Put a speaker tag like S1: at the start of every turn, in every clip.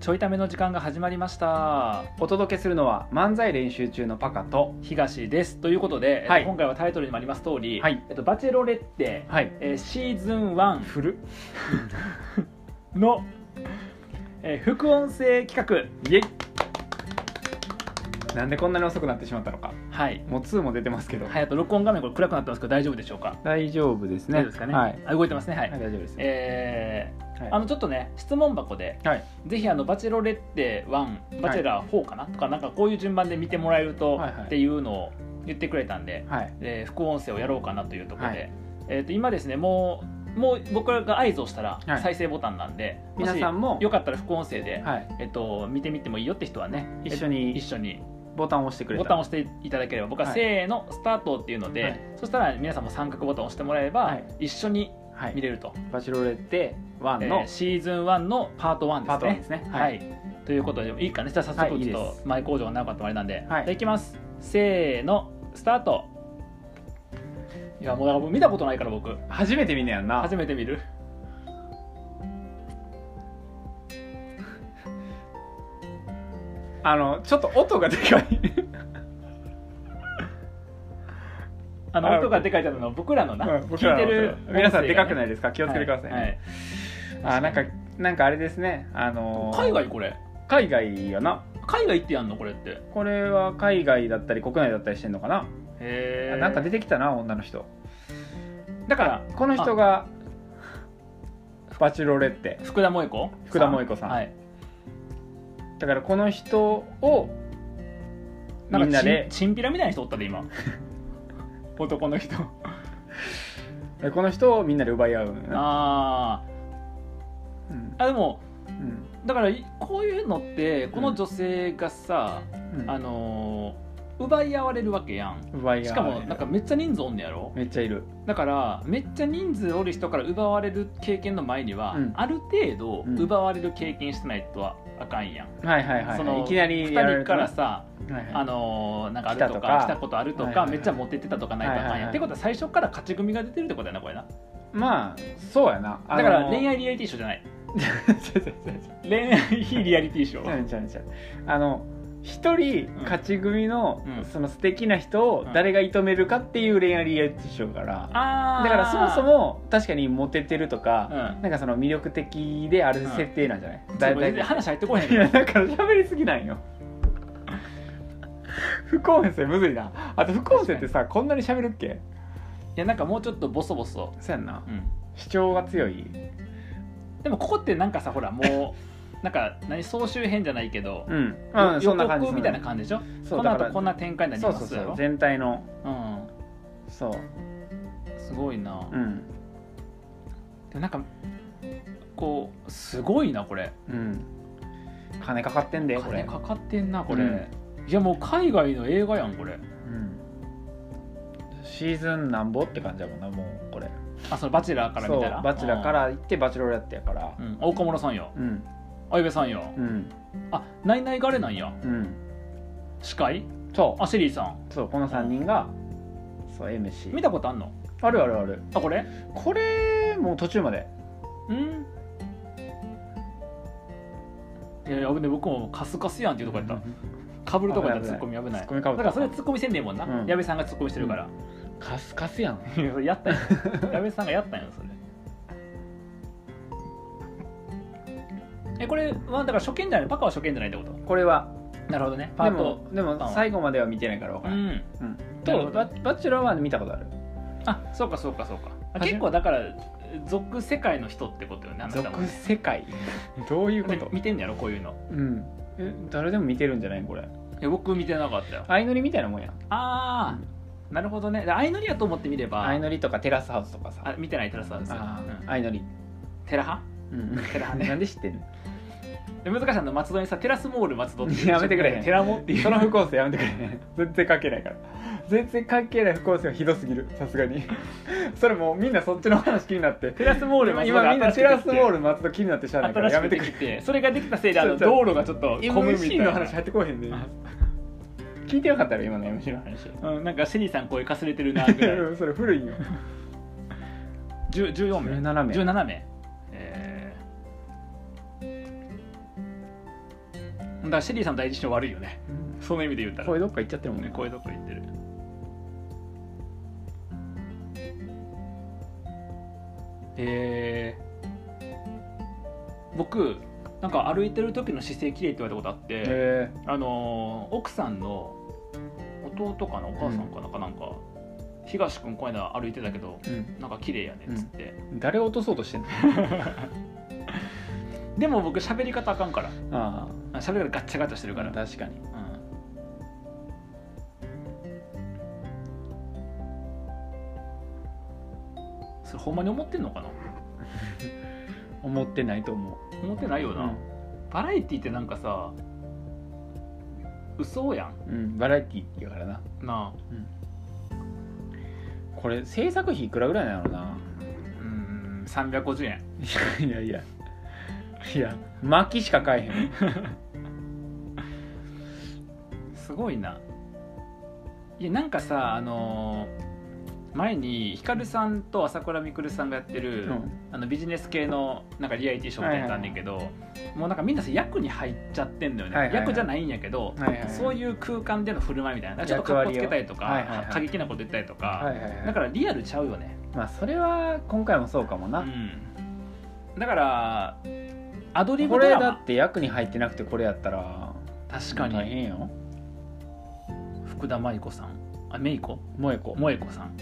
S1: ちょいための時間が始まりました
S2: お届けするのは漫才練習中のパカと
S1: 東ですということで、えっと
S2: はい
S1: 今回はタイトルにもあります通り、
S2: はい
S1: えっとバチェロレッテ、
S2: はい
S1: えーシーズン1
S2: 古
S1: の、えー副音声企
S2: イエイなんでこんなに遅くなってしまったのか
S1: 画はい
S2: もう2も出てますけど、
S1: はいあと録音画面これ暗くなってますけど大丈夫でしょうか、
S2: 大丈夫です
S1: 大丈夫
S2: ね
S1: ですかね、
S2: はい、
S1: あ動いてますねはい、
S2: はい大丈夫ですね、
S1: えー
S2: はい
S1: あのちょっとね質問箱で、
S2: はい
S1: ぜひあの「バチェロレッテ1」「バチェラー4」かな、とかなんかこういう順番で見てもらえると、
S2: はいはい
S1: っていうのを言ってくれたんで、
S2: はい
S1: えー副音声をやろうかなというところで、
S2: はい
S1: えー、と今ですねもうもう僕らが合図をしたら
S2: はい
S1: 再生ボタンなんで、もし
S2: 皆さんも
S1: よかったら副音声で、
S2: はい、
S1: えっと見てみてもいいよって人はね
S2: 一緒
S1: に
S2: に
S1: 一緒に
S2: ボタンを押してくれた
S1: ボタンを押していただければ僕は「
S2: はい
S1: せーのスタート」っていうので、
S2: はい
S1: そしたら皆さんも三角ボタンを押してもらえれば、
S2: はい
S1: 一緒に
S2: はい
S1: 見れると、
S2: バチェロレッテ1
S1: え
S2: の
S1: ーシーズン1のパート1ですね
S2: パート1ですね
S1: はい、ということでいいかねじゃあ早
S2: は
S1: 速
S2: い
S1: ち
S2: い
S1: ょ
S2: い
S1: っ
S2: です
S1: と前工場が長かったもあれなんで、
S2: はい
S1: じゃあいきますせーのスタートいやもうだから見たことないから僕
S2: 初めて見んねやんな
S1: 初めて見る
S2: あのちょっと音がでかい
S1: あの
S2: あ
S1: 音がでかいってあの僕らのな、
S2: うん僕
S1: 聞い
S2: ら
S1: て
S2: の
S1: る音声がね、
S2: 皆さんでかくないですか気をつけてくださいね、
S1: はいはい
S2: あなんかなんかあれですねあのー
S1: 海外これ
S2: 海外やな
S1: 海外行ってやんのこれってへ
S2: これは海外だったり国内だったりしてんのかな、あ
S1: え
S2: なんか出てきたな女の人
S1: だから
S2: この人がバチェロレッテ
S1: 福田萌子
S2: 福田萌子さん
S1: はい、
S2: だからこの人をみんなで
S1: ちチンピラみたいな人おったで 今男の人
S2: この人をみんなで奪い合うな
S1: あ
S2: うん
S1: ーあでも
S2: うん
S1: だからいこういうのってこの女性がさ、
S2: うん
S1: あのー奪い合われるわけやん
S2: 奪い合う
S1: しかもなんかめっちゃ人数おんねやろ
S2: めっちゃいる
S1: だからめっちゃ人数おる人から奪われる経験の前には、
S2: うん
S1: ある程度
S2: うん
S1: 奪われる経験してないとはあかんやん、
S2: はいはいはい
S1: そ
S2: はい
S1: の
S2: いきなりやられ
S1: 2人
S2: る
S1: から
S2: と
S1: さ、
S2: ねはいは
S1: あ
S2: い
S1: のーなんかある
S2: 来た
S1: と
S2: と
S1: か
S2: か
S1: 来たことあるとか、
S2: はいはいはい
S1: めっちゃ持ってってたとかないとあかんやん、
S2: はいはいはい
S1: ってことは最初から勝ち組が出てるってことやなこれな
S2: まあそうやな
S1: だ
S2: あの
S1: から 恋愛リアリティショーじゃない
S2: ちょちょちょちょ
S1: 恋愛非リアリティショ
S2: 違
S1: ー
S2: う違う違うあの一人勝ち組の、
S1: うん
S2: その素敵な人を誰が射止めるかっていう恋愛リアリティショーから、
S1: あー
S2: だからそもそも確かにモテてると
S1: う
S2: か、
S1: ん
S2: なんかその魅力的である設定なんじゃない、
S1: ちょ
S2: だ
S1: っと
S2: だ
S1: 全
S2: い
S1: 然
S2: い
S1: 話入ってこへん
S2: やだから喋りすぎなんよ不公平性むずいなあと不公平ってさこんなに喋るっけ
S1: いやなんかもうちょっとボソボソ、
S2: そうやんな
S1: うん、
S2: 主張が強い
S1: でもここってなんかさほらもう なんか何総集編じゃないけど、
S2: うん、
S1: よ
S2: うん、そんな感
S1: 予
S2: じ
S1: 告みたいな感じでしょ
S2: そう
S1: こ
S2: だ
S1: の
S2: か
S1: 後
S2: ら
S1: こんな展開になり
S2: そう
S1: ま
S2: そう
S1: す
S2: そ
S1: やろ
S2: う全体の
S1: うん
S2: そう
S1: すごいな、
S2: うん
S1: でもなんかこうすごいなこれ
S2: うん金かかってんだよこれ
S1: 金かかってんなこれ、
S2: うん
S1: いやもう海外の映画やんこれ
S2: うんシーズンなんぼって感じだもんなもうこれ
S1: あそのバチェラーから
S2: そ
S1: み
S2: う
S1: たいな
S2: バチェラーから行ってバチェロレッテやから
S1: うん、うん大小室さんよ
S2: うん
S1: 相部さんよ
S2: うん
S1: あナイナイガレなんや
S2: うん
S1: 司会
S2: そ
S1: あシェリーさん
S2: うそうこの3人がそう MC
S1: 見たことあんの
S2: あるあるある
S1: あこれ
S2: これもう途中まで
S1: うんいやいや危ね僕もカスカスやんっていうとこやったかぶるとこやった
S2: 危
S1: ツ
S2: な
S1: ッ
S2: い
S1: コミ危ない
S2: ツッコミかぶ
S1: だ
S2: った
S1: からそれツッコミせんでええもんな、
S2: うん
S1: 矢部さんがツッコミしてるから、
S2: カスカスやん
S1: いやそれやったん や矢部さんがやったんやそれえこれはだから初見じゃないパカは初見じゃないってこと
S2: これは
S1: なるほどねパ
S2: で
S1: ート
S2: もでも最後までは見てないから分
S1: う
S2: からない
S1: ん
S2: うん
S1: なるほど
S2: とババチェロは見たことある
S1: あそうかそうかそうかあ
S2: はじめ
S1: 結構だから俗世界の人ってことよねあなたも
S2: 俗
S1: ね
S2: 世界どういうこ
S1: で
S2: と
S1: 見てんのやろこういうの
S2: うんえ誰でも見てるんじゃないこれ
S1: いや僕見てなかったよ
S2: 相乗りみたいなもんやん
S1: ああなるほどねで相乗りやと思ってみれば
S2: 相乗りとかテラスハウスとかさ
S1: あ見てないテラスハウス
S2: あ
S1: うん
S2: ー相乗り
S1: テラハ
S2: うん
S1: テラハ
S2: な
S1: ね
S2: んで知ってんの
S1: で難しいの松戸にさテラスモール松戸って
S2: やめてくれへん
S1: テラモっていう
S2: その不公正やめてくれ全然関係ないから全然関係ない不公正はひどすぎるさすがに それもうみんなそっちの話気になって
S1: テラスモール松戸
S2: 今みんなテラスモー
S1: ル
S2: ル松戸気になってしゃあないか
S1: 新
S2: ら
S1: し
S2: や
S1: く
S2: め
S1: で
S2: て
S1: き
S2: く
S1: て
S2: れ
S1: それができたせいであの
S2: ちょち
S1: 道
S2: ょ
S1: 路がちょっと混むみた
S2: MC
S1: い
S2: の
S1: な
S2: 話入ってこへんね聞いてよかったら今の MC の話
S1: うん、なんかシェリーさん声かすれてるなぐ らい
S2: それ古いよ
S1: 10 14名
S2: 17名
S1: 17名えだからシェリーさん第一印象悪いよねその意味で言ったら
S2: 声どっか行っちゃってるもん
S1: ね
S2: ね
S1: 声どっか行ってるえー、僕なんか歩いてる時の姿勢綺麗って言われたことあって、
S2: え
S1: あのー奥さんの弟かなお母さんかなかなんか、東君この間歩いてたけど
S2: ー
S1: なんか綺麗やねっつって、
S2: うん、誰を落とそうとしてんの
S1: でも僕喋り方あかんから
S2: あ
S1: あ喋り方ガッチャガチャしてる
S2: あ
S1: から、
S2: 確かに
S1: うんそれほんまに思ってんのかな
S2: 思ってないと思
S1: 思ってないよ
S2: う
S1: な、バラエティってなんかさ嘘やん
S2: うん、うん、バラエティーやからな
S1: なあ
S2: これ制作費いくらぐらいなのな
S1: うん350円
S2: いやいやいや薪しか買えへん
S1: すごいないやなんかさあのー前にヒカルさんと朝倉未来さんがやってる、
S2: うん
S1: あのビジネス系のなんかリアリティショーみたいなのがあんねんけど、もうなんかみんなさ役に入っちゃってんだよね、
S2: はいはいはい
S1: 役じゃないんやけど、
S2: はいはいはい
S1: そういう空間での振る舞いみたいなちょっとかっこつけたりとか、
S2: 役割をはいはいはい
S1: 過激なこと言ったりとか、
S2: はいはいはい
S1: だからリアルちゃうよね、
S2: まあそれは今回もそうかもな、
S1: うんだからアドリブ
S2: こ
S1: ド
S2: れ
S1: ラ
S2: だ
S1: マ
S2: って役に入ってなくてこれやったら
S1: 確か
S2: 大
S1: に
S2: 変よ
S1: 福田麻衣子さんあメイコ
S2: 萌子
S1: 萌子さん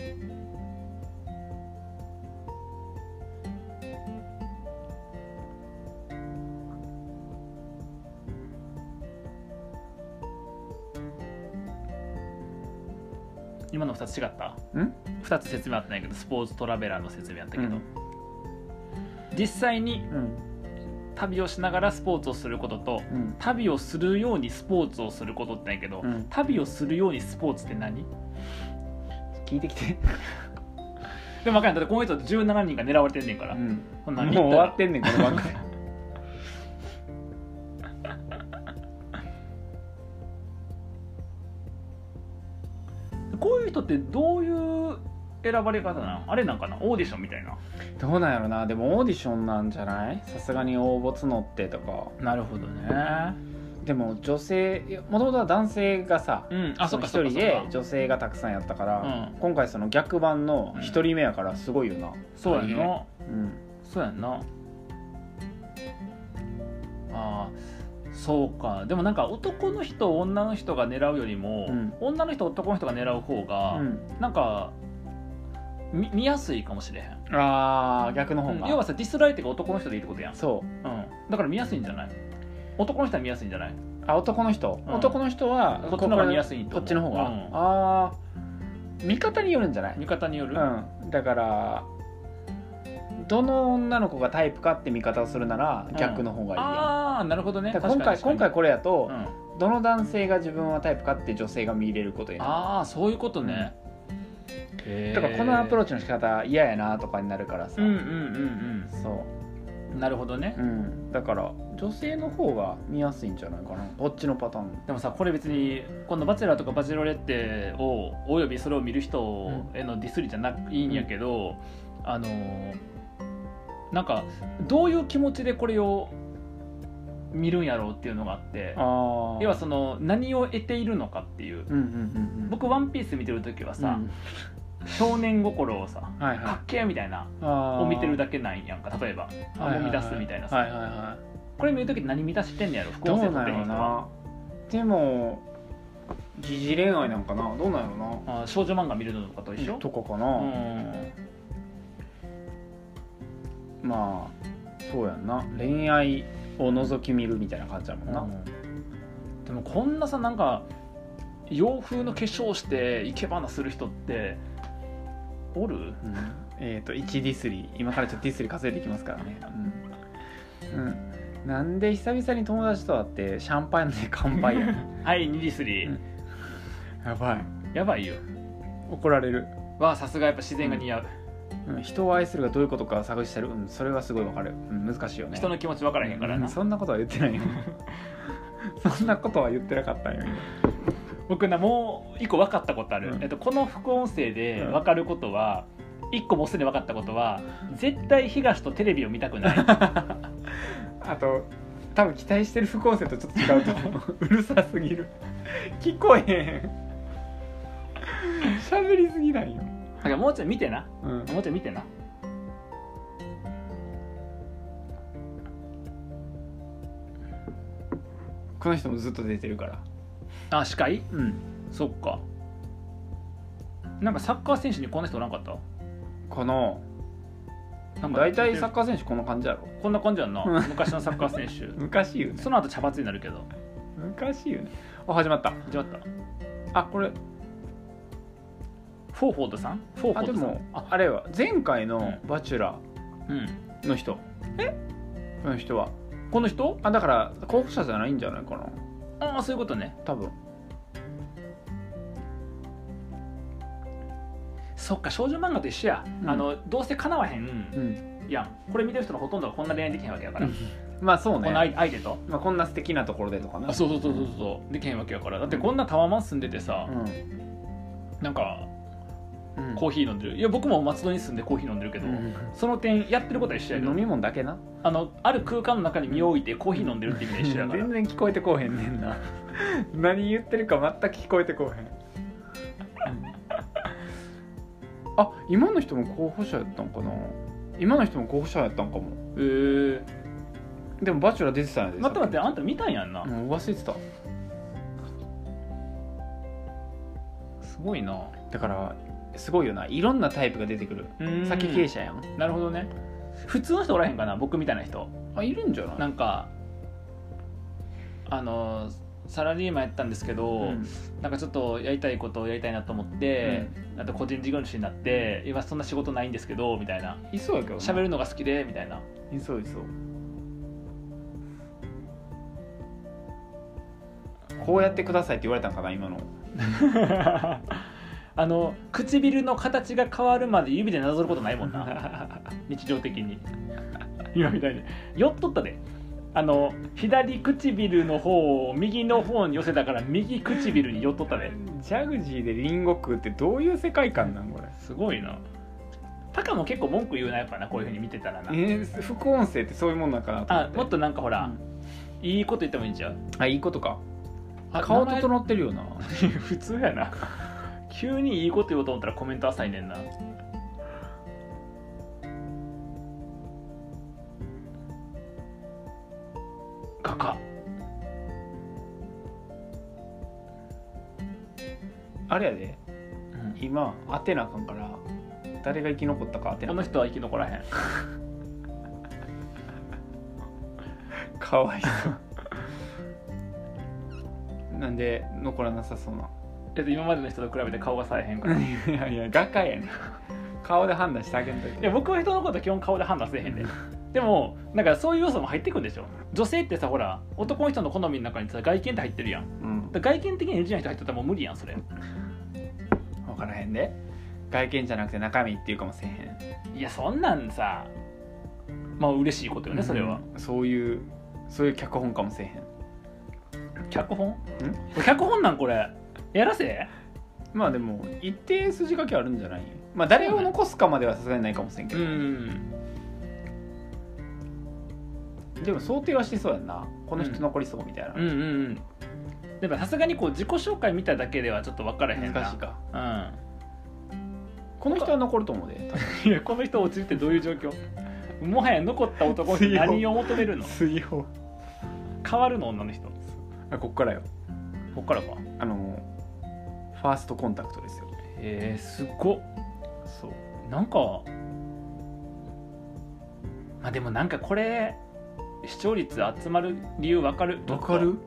S1: 今の2つ違った
S2: ん
S1: 2つ説明あってないけどスポーツトラベラーの説明あったけど、
S2: うん
S1: 実際に
S2: うん
S1: 旅をしながらスポーツをすることと
S2: うん
S1: 旅をするようにスポーツをすることってないけど、
S2: うん
S1: 旅をするようにスポーツって何
S2: 聞いてきて、
S1: でも分かんないだってこの人17人が狙われてんねんから、
S2: うん、
S1: こん
S2: も
S1: なん
S2: う
S1: 見たら
S2: 終わってんねんこの番組
S1: こういう人ってどういう選ばれ方なのあれなんかなオーディションみたいな
S2: どうなんやろなでもオーディションなんじゃないさすがに応募募ってとか
S1: なるほどね
S2: でも女性もともとは男性がさ
S1: うんあそっかそ
S2: その
S1: っ
S2: 一
S1: かそ
S2: 人
S1: っ
S2: で
S1: か
S2: 女性がたくさんやったから、
S1: うん
S2: 今回その逆版の一人目やからすごいよな、
S1: そうやんな
S2: うん、
S1: そうやんなあーそうかでもなんか男の人女の人が狙うよりも、
S2: うん
S1: 女の人男の人が狙う方
S2: う
S1: が、
S2: ん、
S1: なんか見見やすいかもしれへん
S2: あー逆の方
S1: うん
S2: が、
S1: 要はさディスられてが男の人でいいってことやん、うん、
S2: そう
S1: だから見やすいんじゃない男の人は見やすいんじゃない
S2: あ男の人、
S1: うん
S2: 男の人は
S1: こっちの方が見やすいと思う
S2: こっちの方が、
S1: うん
S2: あー見方によるんじゃない、
S1: 見方による、
S2: うん、だからどの女の子がタイプかって見方をするなら
S1: うん
S2: 逆の方がいいやん、
S1: ああなるほどね
S2: だから今回今回これやと
S1: う、ん、
S2: どの男性が自分はタイプかって女性が見れることやん
S1: ああそういうことね、へー
S2: だからこのアプローチの仕方嫌やなとかになるからさ、
S1: うんうんうん
S2: そ
S1: うんなるほどね
S2: う、うん、だから女性の方が見やすいんじゃないかなこっちのパターン
S1: でもさこれ別にこの「バチェラー」とか「バチェロレッテを」およびそれを見る人へのディスりじゃないいんやけど、あのーなんかどういう気持ちでこれを見るんやろうっていうのがあって
S2: あ
S1: 要はその何を得ているのかっていう
S2: うんうんうんうん
S1: 僕「ワンピース見てる時はさ、
S2: うん
S1: 少年心をさ
S2: はい
S1: か
S2: は
S1: っけえみたいな
S2: を
S1: を見てるだけなんやんか例えばあもう満たすみたいなさ、
S2: はいはいは
S1: これ見る時何満たしてんねやろ
S2: い
S1: 副
S2: どう
S1: 音声撮
S2: な
S1: っ
S2: ん
S1: て
S2: や
S1: へん
S2: ろ
S1: 人は
S2: なでも疑似恋愛なんかなどうなんやろな
S1: あ少女漫画見るのとかと一緒
S2: とかか
S1: う
S2: な、
S1: ん
S2: まあそうやんな恋愛を覗き見るみたいな感じやもんな、
S1: でもこんなさなんか洋風の化粧して生け花する人っておる
S2: うんえっ、と1ディスリ今からちょっとディスリ稼いでいきますからねうん、うんなんで久々に友達と会ってシャンパンで乾杯やん
S1: はい2時スリ
S2: う
S1: ー
S2: んやばい
S1: やばいよ
S2: 怒られる、
S1: わあさすがやっぱ自然が似合う、
S2: うん、人を愛するがどういうことか探してる、うん、それはすごいわかる、うん、難しいよね
S1: 人の気持ち分からへんからな、
S2: うんそんなことは言ってない よそんなことは言ってなかったんよ
S1: 僕なもう一個分かったことある、
S2: うん
S1: えっと、この副音声で分かることは、一個もうすでに分か ったことは絶対東とテレビを見たくない
S2: あと多分期待してる副校生とちょっと違うと思 ううるさすぎる聞こえへん喋りすぎないよ、
S1: だからもうちょい見てな
S2: うん、
S1: もうちょい見てな
S2: この人もずっと出てるから
S1: あ司会
S2: うん
S1: そっかなんかサッカー選手にこんな人おらんかった
S2: この
S1: なんか
S2: 大体サッカー選手こんな感じだろ
S1: こんな感じやんな
S2: うん
S1: 昔のサッカー選
S2: 昔言う
S1: 手
S2: ね
S1: その後茶髪になるけど
S2: 昔言うねあ始まった
S1: 始まった
S2: あこれ
S1: フォーフォードさんフォーフォ
S2: あ
S1: ー
S2: で
S1: ドさん
S2: も
S1: あ
S2: あれは前回の「バチュラ
S1: うん
S2: ー」の人えこの人は
S1: この人
S2: あだから候補者じゃないんじゃないかな
S1: ああそういうことね
S2: 多分
S1: そっか少女漫画と一緒や、
S2: うん
S1: あのどうせ叶わへん、
S2: うん
S1: やんこれ見てる人のほとんどがこんな恋愛できへんわけやから、
S2: まあそう
S1: こ
S2: ね
S1: の相相手と
S2: まあ、こんな素敵なところでとかな
S1: あそうそうそうそうそうできへんわけやからだってこんなタワマン住んでてさ、
S2: う
S1: なんか
S2: ん、うん、
S1: コーヒー飲んでるいや僕も松戸に住んでコーヒー飲んでるけど、その点やってることは一緒やけど
S2: 飲み物だけな
S1: あのある空間の中に身を置いてコーヒー飲んでるって意味で一緒やから
S2: 全然聞こえてこうへんねんな何言ってるか全く聞こえてこうへんあ今の人も候補者やったんかな今の人も候補者やったんかも
S1: えー、
S2: でもバチュラー出てたんやで
S1: 待って待ってあんた見たんやんな、
S2: もうん忘れてた
S1: すごいな
S2: だからすごいよないろんなタイプが出てくる
S1: 先
S2: 先
S1: 経
S2: 経
S1: 営
S2: 営
S1: 者
S2: 者やん
S1: なるほどね普通の人おらへんかな僕みたいな人
S2: あいるんじゃない
S1: なんかあのサラリーマンやったんですけど、
S2: うん
S1: なんかちょっとやりたいことをやりたいなと思って、あと個人事業主になって今そんな仕事ないんですけどみたいない
S2: そうやけどな
S1: 喋るのが好きでみたいない
S2: そういそうこうやってくださいって言われたんかな今の
S1: あの唇の形が変わるまで指でなぞることないもん な日常的に今みたいに寄っとったであの左唇の方を右の方に寄せたから右唇に寄っとったで
S2: ジャグジーでリンゴ食うってどういう世界観なんこれ
S1: すごいなタカも結構文句言うなやっぱなこういうふうに見てたらな
S2: えー、副音声ってそういうもんなんかなと思
S1: あ
S2: って
S1: もっとなんかほら、
S2: うん
S1: いいこと言ってもいいんちゃう
S2: あいいことか
S1: あ
S2: 顔
S1: 名前
S2: 整ってるよな
S1: 普通やな急にいいこと言おうと思ったらコメント浅いねんな画家
S2: あれやで今当てなあかんから誰が生き残ったか当て
S1: この
S2: な
S1: 人は生き残らへん
S2: かわいそうなんで残らなさそうな
S1: えっと今までの人と比べて顔がさえへん からい
S2: いやいや画家やね顔で判断してあげんといて
S1: や僕は人のこと基本顔で判断せえへんででもなんかそういう要素も入ってくんでしょ女性ってさほら男の人の好みの中にさ外見って入ってるやん
S2: うん
S1: だから外見的に NG な人入ってたらもう無理やんそれ
S2: 分からへんで外見じゃなくて中身っていうかもせえへん
S1: いやそんなんさまあ嬉しいことよねそれは、
S2: うんそういうそういう脚本かもせえへん
S1: 脚本脚本なんこれやらせ
S2: まあでも一定筋書きあるんじゃないまあ誰を残すかまではさすがにないかもしれんけど、
S1: ん
S2: でも想定はしてそうやんなこの人残りそうみたいな、
S1: うんうんうんでもさすがにこう自己紹介見ただけではちょっと分からへんな
S2: 難しいか
S1: う
S2: この人は残ると思うで
S1: ん、い やこの人落ちるってどういう状況もはや残った男って何を求めるの
S2: 水曜
S1: 変わるの女の人こ
S2: あこっからよ
S1: っからか
S2: あのファーストコンタクトですよ
S1: へえすっごっ
S2: そう
S1: なんかまあでもなんかこれ視聴率集まる理由わかる
S2: わかる
S1: うん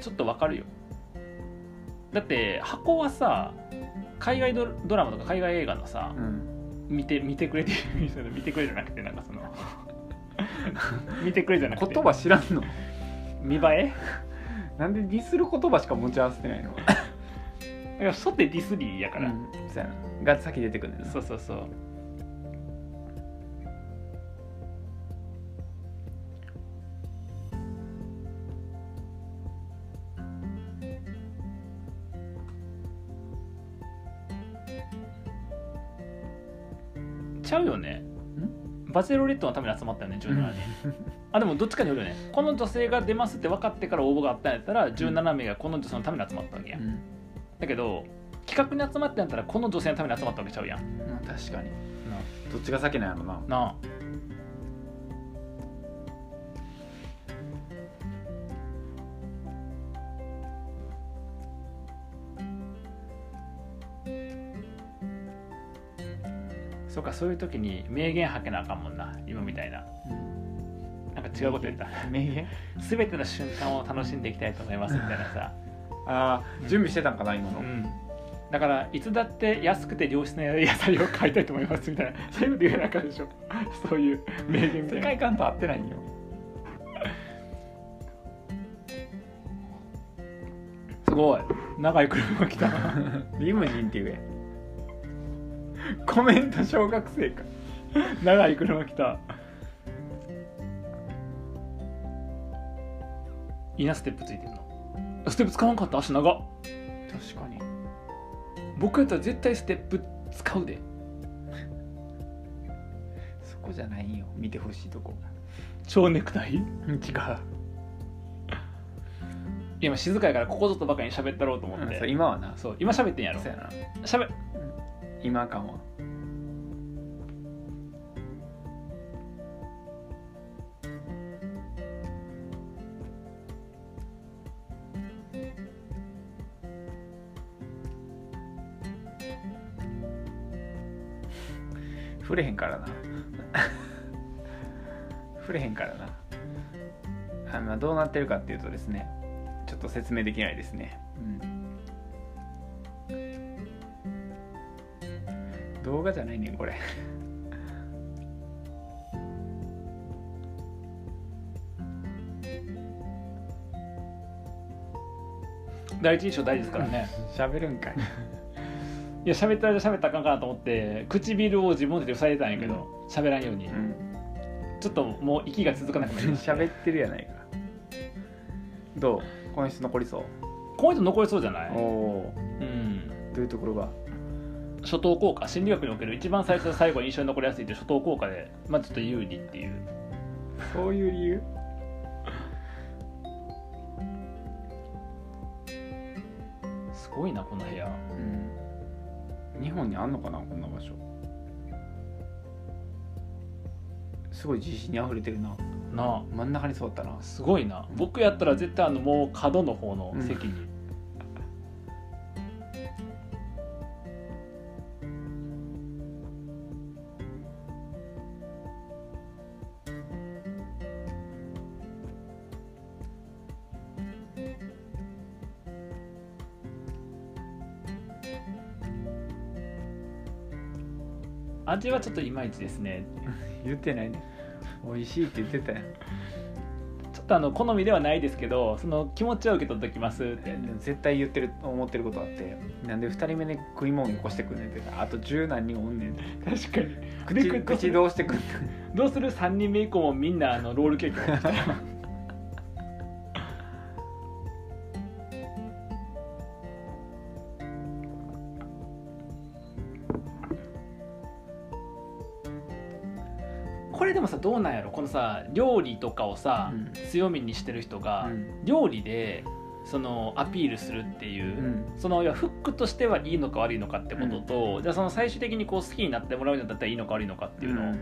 S1: ちょっとわかるよだって箱はさ海外ドドラマとか海外映画のさ
S2: うん
S1: 見て見てくれて見てくれじゃなくてなんか その見てくれじゃなくて
S2: 言葉知らんの
S1: 見栄
S2: なんでディスる言葉しか持ち合わせてないの
S1: えだから初手ディスリーやから、
S2: うんそうやなが先出てくるんだよな
S1: そうそうそうちゃうよねバチェロレットのために集まったよね17人、あでもどっちかによるよねこの女性が出ますって分かってから応募があったんやったら17名がこの女性のために集まったわけや、、
S2: うんん
S1: だけど企画に集まってんやったらこの女性のために集まったわけちゃうやん
S2: まあ確かに
S1: な
S2: どっちが先なんやろな
S1: なあそうかそういう時に名言吐けなあかんもんな今みたいななんか違うこと言った
S2: 名言
S1: 全ての瞬間を楽しんでいきたいと思いますみたいなさ、
S2: ああ準備してたんかな今
S1: う
S2: の
S1: ん、だからいつだって安くて良質な野菜を買いたいと思いますみたいなそういうこと言えなあかんでしょそういう名言みた
S2: 世
S1: いな
S2: 界観と合ってないよ
S1: すごい長い車が来た な
S2: リムジンって言えコメント小学生か
S1: 長い車来たいいなステップついてるのステップ使わんかった足長っ
S2: 確かに
S1: 僕やったら絶対ステップ使うで
S2: そこじゃないよ見てほしいとこ
S1: 蝶ネクタイ
S2: 違う
S1: 今静かやからここぞとばかりに喋ったろうと思って、
S2: そう今はな
S1: そう今喋ってんやろ
S2: そうやな
S1: 喋
S2: 今感は触れへんからな 触れへんからなあまあどうなってるかっていうとですねちょっと説明できないですね、うん、動画じゃないねんこれ
S1: 第一印象大事ですからね
S2: 喋るんかい
S1: いや喋ったら喋ったらあかんかなと思って唇を自分で塞いでたんやけど喋、らんように、
S2: うん
S1: ちょっともう息が続かなくなりました
S2: 喋ってるやないかどうこの人残りそう
S1: この人残りそうじゃない、
S2: お
S1: うん、
S2: ーどういうところが
S1: 初等効果心理学における一番最初と最後に印象に残りやすいという初等効果で、まあ、ちょっと有利っていう
S2: そういう理由
S1: すごいなこの部屋
S2: うん日本にあんのかなこんな場所すごい自信にあふれてるな
S1: な
S2: 真ん中に座ったな
S1: あすごいな僕やったら絶対あのもう角の方の席に、味はちょっといまいちですね
S2: 言ってないね美味しいって言ってたやん
S1: ちょっとあの好みではないですけどその気持ちは受け取っておきますって
S2: 絶対言ってる思ってることあってなんで2人目で食い物起こしてくんねんってあと十何人おんねんって
S1: 確かにで
S2: 口
S1: く
S2: 口どうしてくんねん
S1: どうする3人目以降もみんなあのロールケーキ持ってきたよこれでもさどうなんやろこのさ料理とかをさ、
S2: うん
S1: 強みにしてる人が、料理でそのアピールするっていう、
S2: うん
S1: その要はフックとしてはいいのか悪いのかってことと、じゃあその最終的にこう好きになってもらうようになったらいいのか悪いのかっていうの、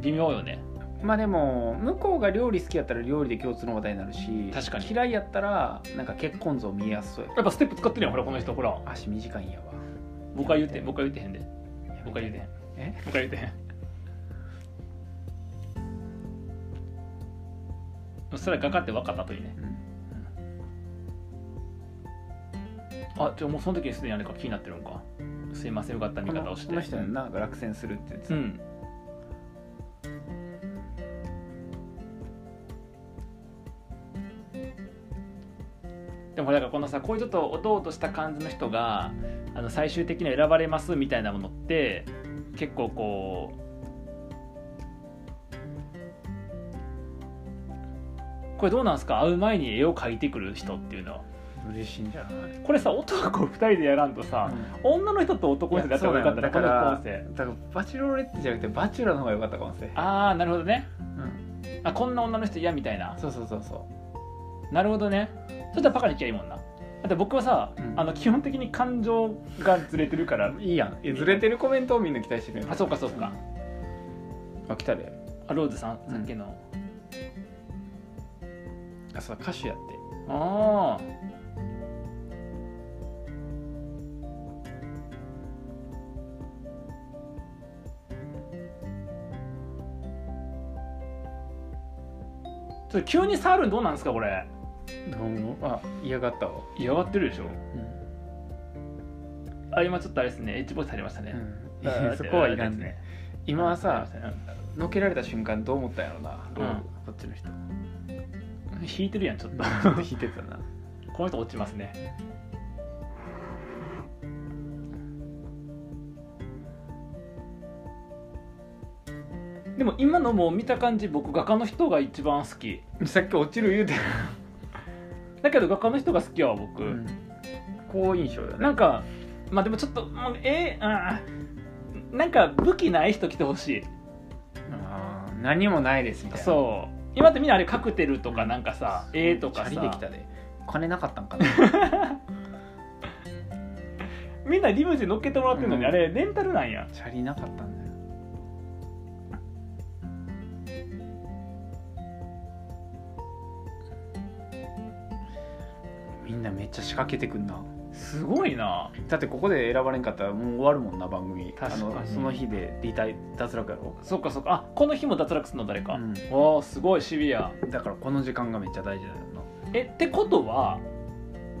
S1: 微妙よね
S2: まあでも向こうが料理好きやったら料理で共通の話題になるし
S1: 確かに
S2: 嫌いやったらなんか結婚像見えやすそうや
S1: やっぱステップ使ってるやんほらこの人ほら
S2: 足短いんやわ
S1: 僕は言うて僕は言うてへんで僕は言うてへん
S2: え
S1: 僕は言うてへんそしたら画家って分かったといいね
S2: うん
S1: あじゃあもうその時にすでにあれか気になってるのかすいませんよかった見
S2: こ
S1: 方を
S2: の
S1: して
S2: この人やんな落選するって言って
S1: う
S2: た
S1: んでもだからこのさこういうちょっとおどおどした感じの人があの最終的には選ばれますみたいなものって結構こうこれどうなんですか会う前に絵を描いてくる人っていうのは
S2: 嬉しいんじゃない、
S1: これさ男2人でやらんとさ、女の人と男の人でやった方がよかった
S2: だ
S1: な
S2: か
S1: この
S2: ら
S1: 構成
S2: だからバチロレッテじゃなくてバチュラーの方が良かったかもしれない、
S1: ああなるほどね
S2: うん、
S1: あこんな女の人嫌みたいな
S2: そうそうそうそ
S1: なるほどねそしたらバカにきゃいいもんなだって僕はさ、
S2: うん
S1: あの基本的に感情がずれてるから
S2: ういいやんえずれてるコメントをみんな期待してるよ
S1: あそうかそうか
S2: あ来たで
S1: あローズさんさっきの、
S2: あそうだ歌手やって
S1: ああちょっと急に触るのどうなんですかこれ
S2: どうもあ嫌がったわ
S1: 嫌がってるでしょ
S2: うん、
S1: あ今ちょっとあれですねエッジボイス入りましたね、
S2: い や そこはいらんね今はさ
S1: うん
S2: のけられた瞬間どう思ったんやろな、
S1: うん
S2: こっちの人
S1: 引いてるやんちょっと
S2: ちょっと引いてたな
S1: この人落ちますねでも今のもう見た感じ僕画家の人が一番好き
S2: さっき落ちる言うて、
S1: だけど画家の人が好きやわ僕、
S2: 好印象だね
S1: なんかまあでもちょっともうえー、あーなんか武器ない人来てほしい
S2: あー何もないですみたいなう
S1: そう今ってみんなあれカクテルとかなんかさ絵とか
S2: チャリでき
S1: さ
S2: たで金なかったんかな
S1: みんなリムジン乗っけてもらってるのに、
S2: うん
S1: あれレンタルなんや
S2: チャリなかったんだよみんなめっちゃ仕掛けてくんな
S1: すごいな
S2: だってここで選ばれんかったらもう終わるもんな番組
S1: 確かに
S2: あのその日でリタイ脱落やろ
S1: そっかそっかあこの日も脱落するの誰か、
S2: うん
S1: わあすごいシビア
S2: だからこの時間がめっちゃ大事だよ
S1: えってことは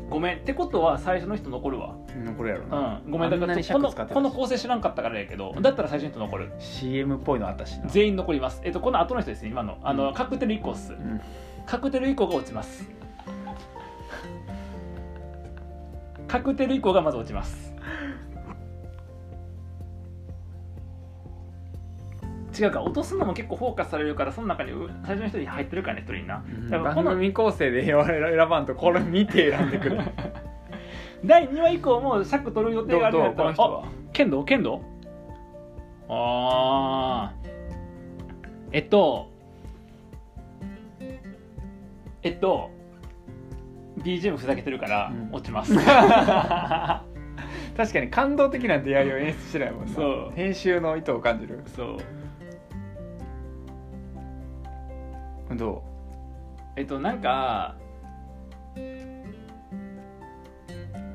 S1: ごめんってことは最初の人残るわ
S2: なこれやろな、
S1: うんごめんだ
S2: あん
S1: か
S2: な
S1: ら
S2: に
S1: ちょこの
S2: 尺使ってたし
S1: この構成知らんかったからやけどだったら最初の人残る
S2: CM っぽいのあったしな
S1: 全員残りますえっとこの後の人ですね今のあの、カクテル以降っす
S2: うん
S1: カクテル以降が落ちますカクテル以降がまず落ちます違うか落とすのも結構フォーカスされるからその中にう最初の人に入ってるからね一人になだから
S2: 番
S1: この
S2: 組構成で選ばんとこれ見て選んでく る
S1: 第2話以降も尺取る予定があるんだったらあ
S2: は
S1: 剣道剣道ああえっとえっと BGM ふざけてるから
S2: うん
S1: 落ちます、
S2: 確かに感動的な出会いを演出してないもんな
S1: そう
S2: 編集の意図を感じる
S1: そう
S2: ど
S1: えっとなんか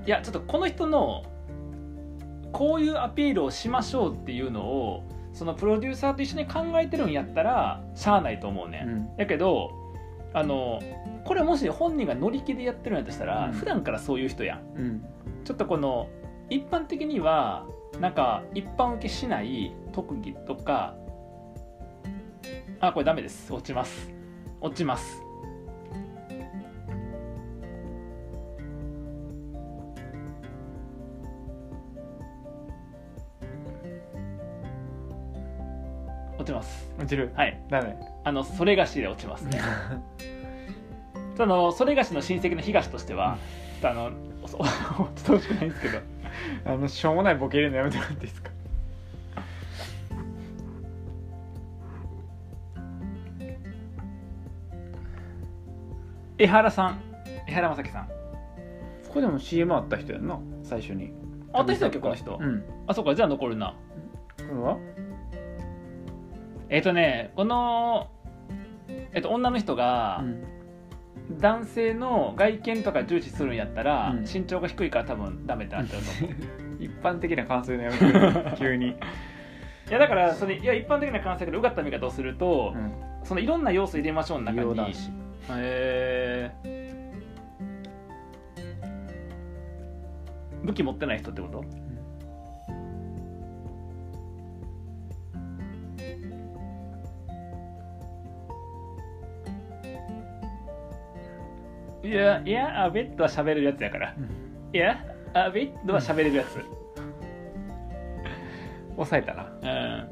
S1: いやちょっとこの人のこういうアピールをしましょうっていうのをそのプロデューサーと一緒に考えてるんやったらしゃあないと思うね、
S2: う、うん
S1: やけどあのこれもし本人が乗り気でやってるんやとしたら、
S2: うん
S1: 普段からそういう人やん
S2: うん
S1: ちょっとこの一般的にはなんか一般受けしない特技とかあこれダメです落ちます落ちます落ちます
S2: 落ちる
S1: はい
S2: ダメ
S1: あのそれがしで落ちますねそのそれがしの親戚の東としてはちょっとあのおおちょっと欲しくないんですけど
S2: あのしょうもないボケ入れるのやめてもらっていいですか
S1: 江原さん江原正樹さん
S2: ここでも CM あった人やんな最初に
S1: あ私だっけこの人、
S2: うん
S1: あそうかじゃあ残るな
S2: これは
S1: えっ、とねこのえっ、と女の人が
S2: うん
S1: 男性の外見とか重視するんやったら、
S2: うん
S1: 身長が低いから多分ダメってなっちゃうと思 う
S2: 一般的な感想のやめてくれ 急に、
S1: いやだからそれいや一般的な感性からうがった見方をすると、そのいろんな要素入れましょうの中
S2: 美容
S1: に
S2: 男子
S1: へえ武器持ってない人ってこといやいやアベッドは喋れるやつやからいやアベッドは喋れるやつ
S2: 抑えたな
S1: うん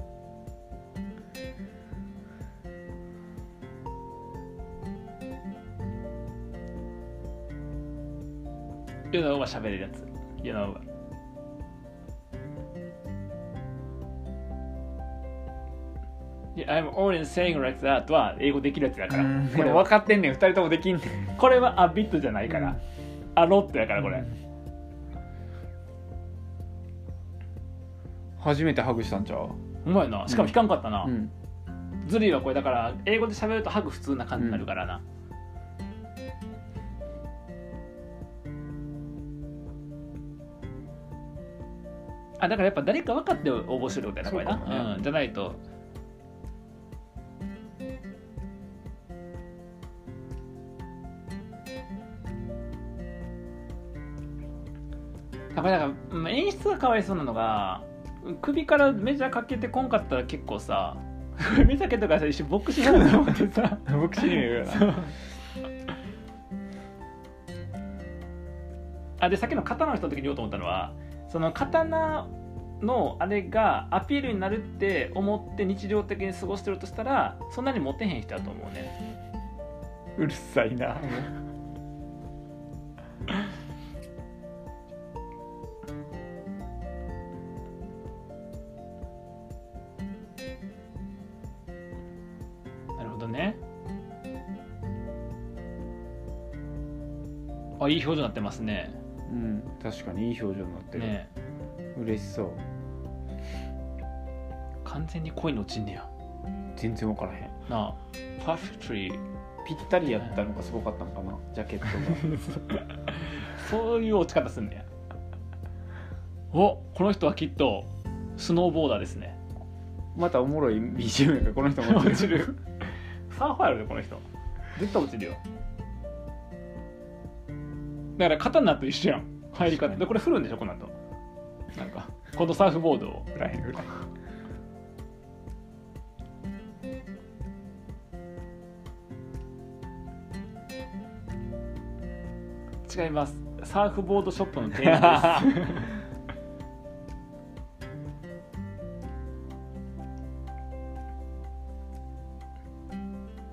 S1: You know は喋れるやつ You know はいや I'm always saying like that は英語できるやつだからこ
S2: こ
S1: れ
S2: れ
S1: は
S2: 分かってんねん2人ともできんねん
S1: これはアビットじゃないから、アロットやからこれ、
S2: 初めてハグしたんちゃう
S1: うまいなしかも引かんかったな、
S2: うん
S1: ズリーはこれだから英語で喋るとハグ普通な感じになるからな、あだからやっぱ誰か分かって応募してることやなこれな
S2: そうかもね
S1: うん、じゃないとだからなんかうん演出がかわいそうなのが首からメジャーかけてこんかったら結構さ 首だけとかさ一緒にボックスになると思ってさ
S2: ボクシング やから
S1: そうあでさっきの刀の人の時に言おうと思ったのはその刀のあれがアピールになるって思って日常的に過ごしてるとしたらそんなにモテへん人だと思うね
S2: うるさいな
S1: なるほどねあいい表情になってますね
S2: うん確かにいい表情になってる、
S1: ねえ
S2: 嬉しそう
S1: 完全に恋に落ちんねや
S2: 全然分からへん
S1: なあパーフェクトリー
S2: ぴったりやったのがすごかったのかなジャケッ トが
S1: そういう落ち方すんねやおこの人はきっとスノーボーダーですね
S2: またおもろい BGM やからこの人も
S1: 落 ちるサーファーやろこの人絶対落ちるよだから刀と一緒やん入り
S2: 確か
S1: 方
S2: に
S1: でこれ振るんでしょこの後なんかこのサーフボードを
S2: ぐらいぐらい
S1: 違いますサーフボードショップの店員 です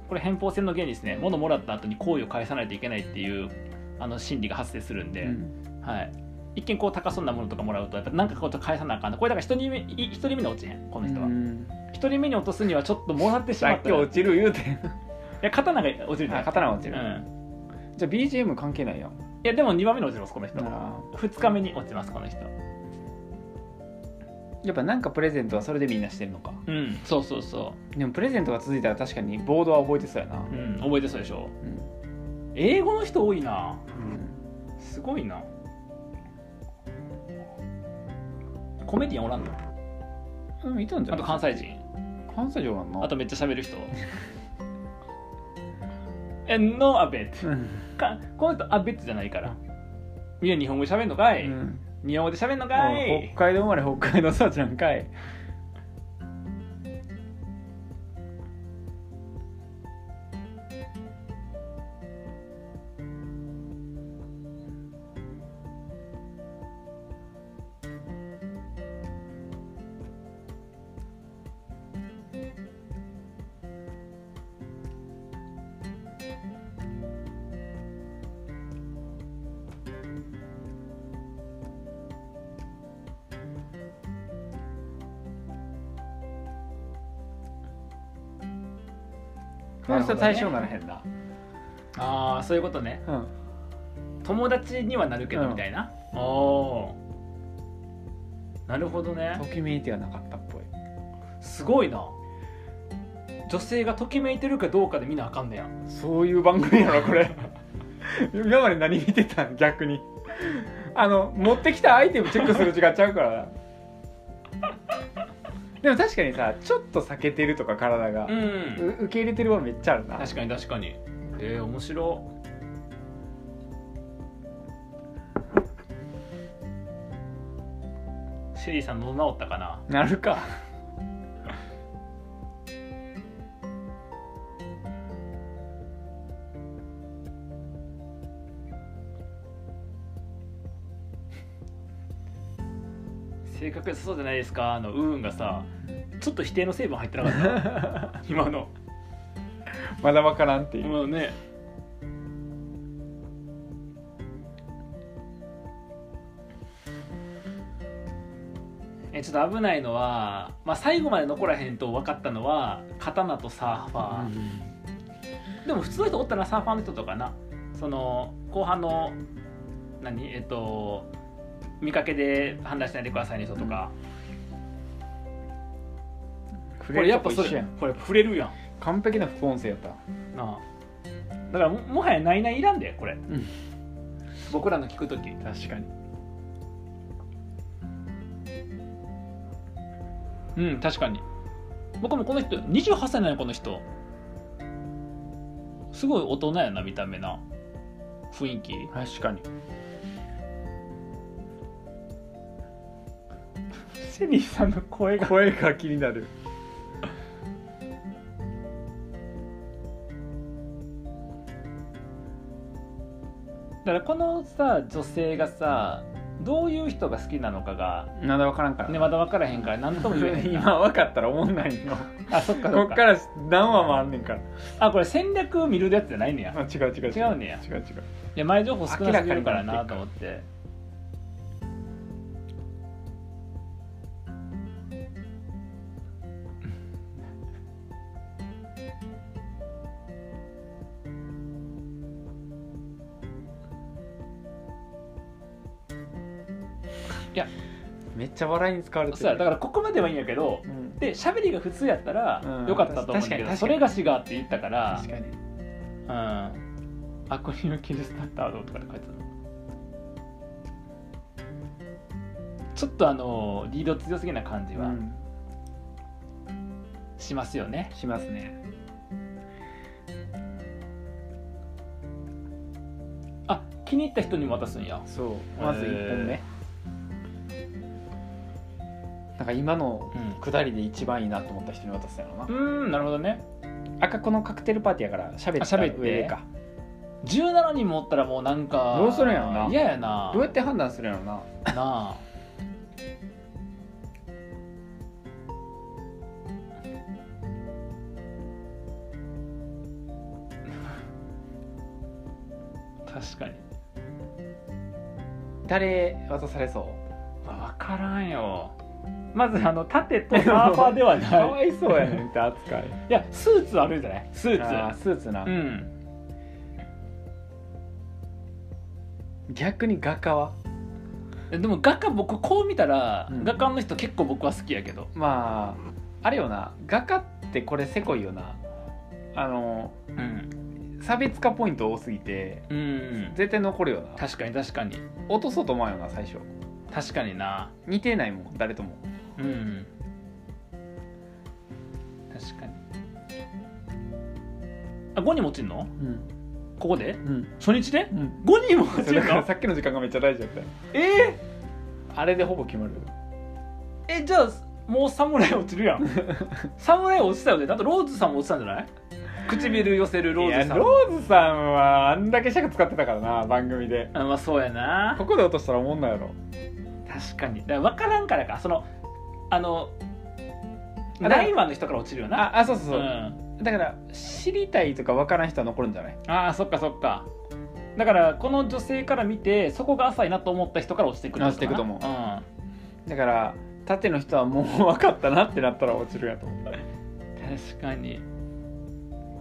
S1: これ偏方性の原理ですね物もらった後に行為を返さないといけないっていうあの心理が発生するんで、
S2: うん
S1: はい、一見こう高そうなものとかもらうとやっぱなんかこうと返さなあかんなこれだから一人目い一人目に落ちへんこの人は
S2: うん
S1: 一人目に落とすにはちょっともらってし
S2: さ
S1: まっ
S2: ったき落ちる言うてん
S1: いや刀が落ちるじゃ
S2: あ
S1: ん
S2: 刀落ち
S1: う
S2: る、
S1: ん
S2: じゃあ BGM 関係ないやん
S1: いやでも2番目に落ちますこの人
S2: なら
S1: 2日目に落ちますこの人
S2: やっぱなんかプレゼントはそれでみんなしてるのか
S1: うんそうそうそ
S2: でもプレゼントが続いたら確かにボードは覚えてそうやな、
S1: う、うん、覚えてそうでしょ
S2: うん
S1: 英語の人多いな
S2: うん
S1: すごいなコメディアンおらんの
S2: うん、いたんじゃ
S1: あ
S2: な
S1: と
S2: い
S1: 関西人
S2: 関西上なんな
S1: あとめっちゃ喋る人えノーアベッ
S2: うん、
S1: かこの人あベッツじゃないからみんな日本語で喋んのかい、
S2: うん
S1: 日本語で喋んのか
S2: おい
S1: い
S2: 北海道生まれ北海道育ちなんかいこの人対象にならへんな
S1: ああそういうことね
S2: うん
S1: 友達にはなるけど
S2: うん
S1: みたいな、おおーなるほどね
S2: ときめいてはなかったっぽい
S1: すごいな女性がときめいてるかどうかで見なあかんねや
S2: そういう番組やろこ れ今まで何見てたん逆にあの持ってきたアイテムチェックする時間ちゃう からなでも確かにさちょっと避けてるとか体が、
S1: う
S2: うん受け入れてるはめっちゃあるな
S1: 確かに確かにえー、面白シェリーさん喉治ったかな
S2: なるか
S1: 性格良さそうじゃないですかあのウーンがさちょっと否定の成分入ってなかった 今の
S2: まだ分からんっていう、
S1: 今のねちょっと危ないのは、まあ、最後まで残らへんと分かったのは刀とサーファー、でも普通の人おったらサーファーの人とかなその後半の何えっと見かけで判断しないでくださいね人とか、
S2: こ
S1: これ
S2: れ
S1: や
S2: や
S1: っ
S2: っぱ
S1: ぱ
S2: そ
S1: そ
S2: れ
S1: れこれ触れるやん
S2: 完璧な副音声やった
S1: なあだからももはやないないいらんでこれ、
S2: ん
S1: 僕らの聞く時
S2: 確かに
S1: うん確かに僕もこの人28歳なのよこの人すごい大人やな見た目な雰囲気
S2: 確かに
S1: セリーさんの声
S2: 声が気になる
S1: だからこのさ女性がさどういう人が好きなのかが、
S2: まだ分からんから、
S1: ね、まだ分からへんから何とも言えへんな
S2: 今分かったら思んないの
S1: あそっかそ
S2: こ
S1: っ
S2: っ
S1: か
S2: から何話もあんねんから
S1: あこれ戦略見るやつじゃないんや
S2: あ違う違う
S1: 違うんねや
S2: 違う違う
S1: いや前情報少なすぎるからなと思って
S2: めっちゃ笑いに使われてる
S1: そうやだからここまではいいんやけど
S2: うん
S1: で喋りが普通やった
S2: う
S1: ら
S2: ん
S1: よかったと思うんだけ
S2: 確か
S1: ど、
S2: に
S1: それがしがって言ったから
S2: 確かに
S1: うんアクリルキルスタッタードとかで書いてたのちょっとあのリード強すぎな感じ
S2: う
S1: は
S2: ん
S1: しますよね、
S2: しますね
S1: あ気に入った人にも渡すんや
S2: そうまず1本目なんか今の
S1: うん
S2: 下りで一番いいなと思った人に渡すんやろな
S1: うーんなるほどね
S2: 赤子のカクテルパーティーやから喋
S1: あ
S2: っ
S1: 喋っ
S2: て
S1: て
S2: 上でか
S1: 17人もおったらもうなんか
S2: どうするんやろな
S1: 嫌やな
S2: どうやって判断するんやろな
S1: なあ 確かに
S2: 誰渡されそう
S1: 分からんよまずあの盾 とサーファーでは
S2: か
S1: ない
S2: わいそうやねんって扱 い
S1: いやスーツあるじゃないス
S2: あ
S1: ー
S2: ースーツな、
S1: ツうん
S2: 逆に画家は
S1: でも画家僕こう見たら、
S2: うん
S1: 画家の人結構僕は好きやけど
S2: まああれよな画家ってこれせこいよなあの
S1: うん、
S2: 差別化ポイント多すぎて
S1: うん、
S2: 絶対残るよな
S1: 確かに確かに
S2: 落とそうと思うよな最初
S1: 確かにな
S2: 似てないもん誰とも
S1: うん確かにあ5人も落ちんの
S2: うん
S1: ここで
S2: うん
S1: 初日で
S2: うん
S1: 5人も 落ち
S2: だ
S1: る
S2: から
S1: の
S2: さっきの時間がめっちゃ大事だったよ
S1: え
S2: あれでほぼ決まる
S1: ー、えじゃあもう侍落ちる やん侍落ちたよねだとローズさんも落ちたんじゃない唇寄せるロ
S2: い
S1: ー
S2: や
S1: ズさん
S2: ローズさんはあんだけ尺使ってたからな番組で
S1: あまあそうやな
S2: ここで落としたらおもんないやろ
S1: 確かにだから分からんからかそのあの
S2: あ
S1: ライマンの人から落ちるよな
S2: ああそうそうそうう、
S1: ん、
S2: だから知りたいとかわからん人は残るんじゃない
S1: あーそっかそっかだからこの女性から見てそこが浅いなと思った人から落ちてくる
S2: 落ちてくと思う
S1: うん
S2: だから縦の人はもう分かったなってなったら落ちるやと思う
S1: 確かに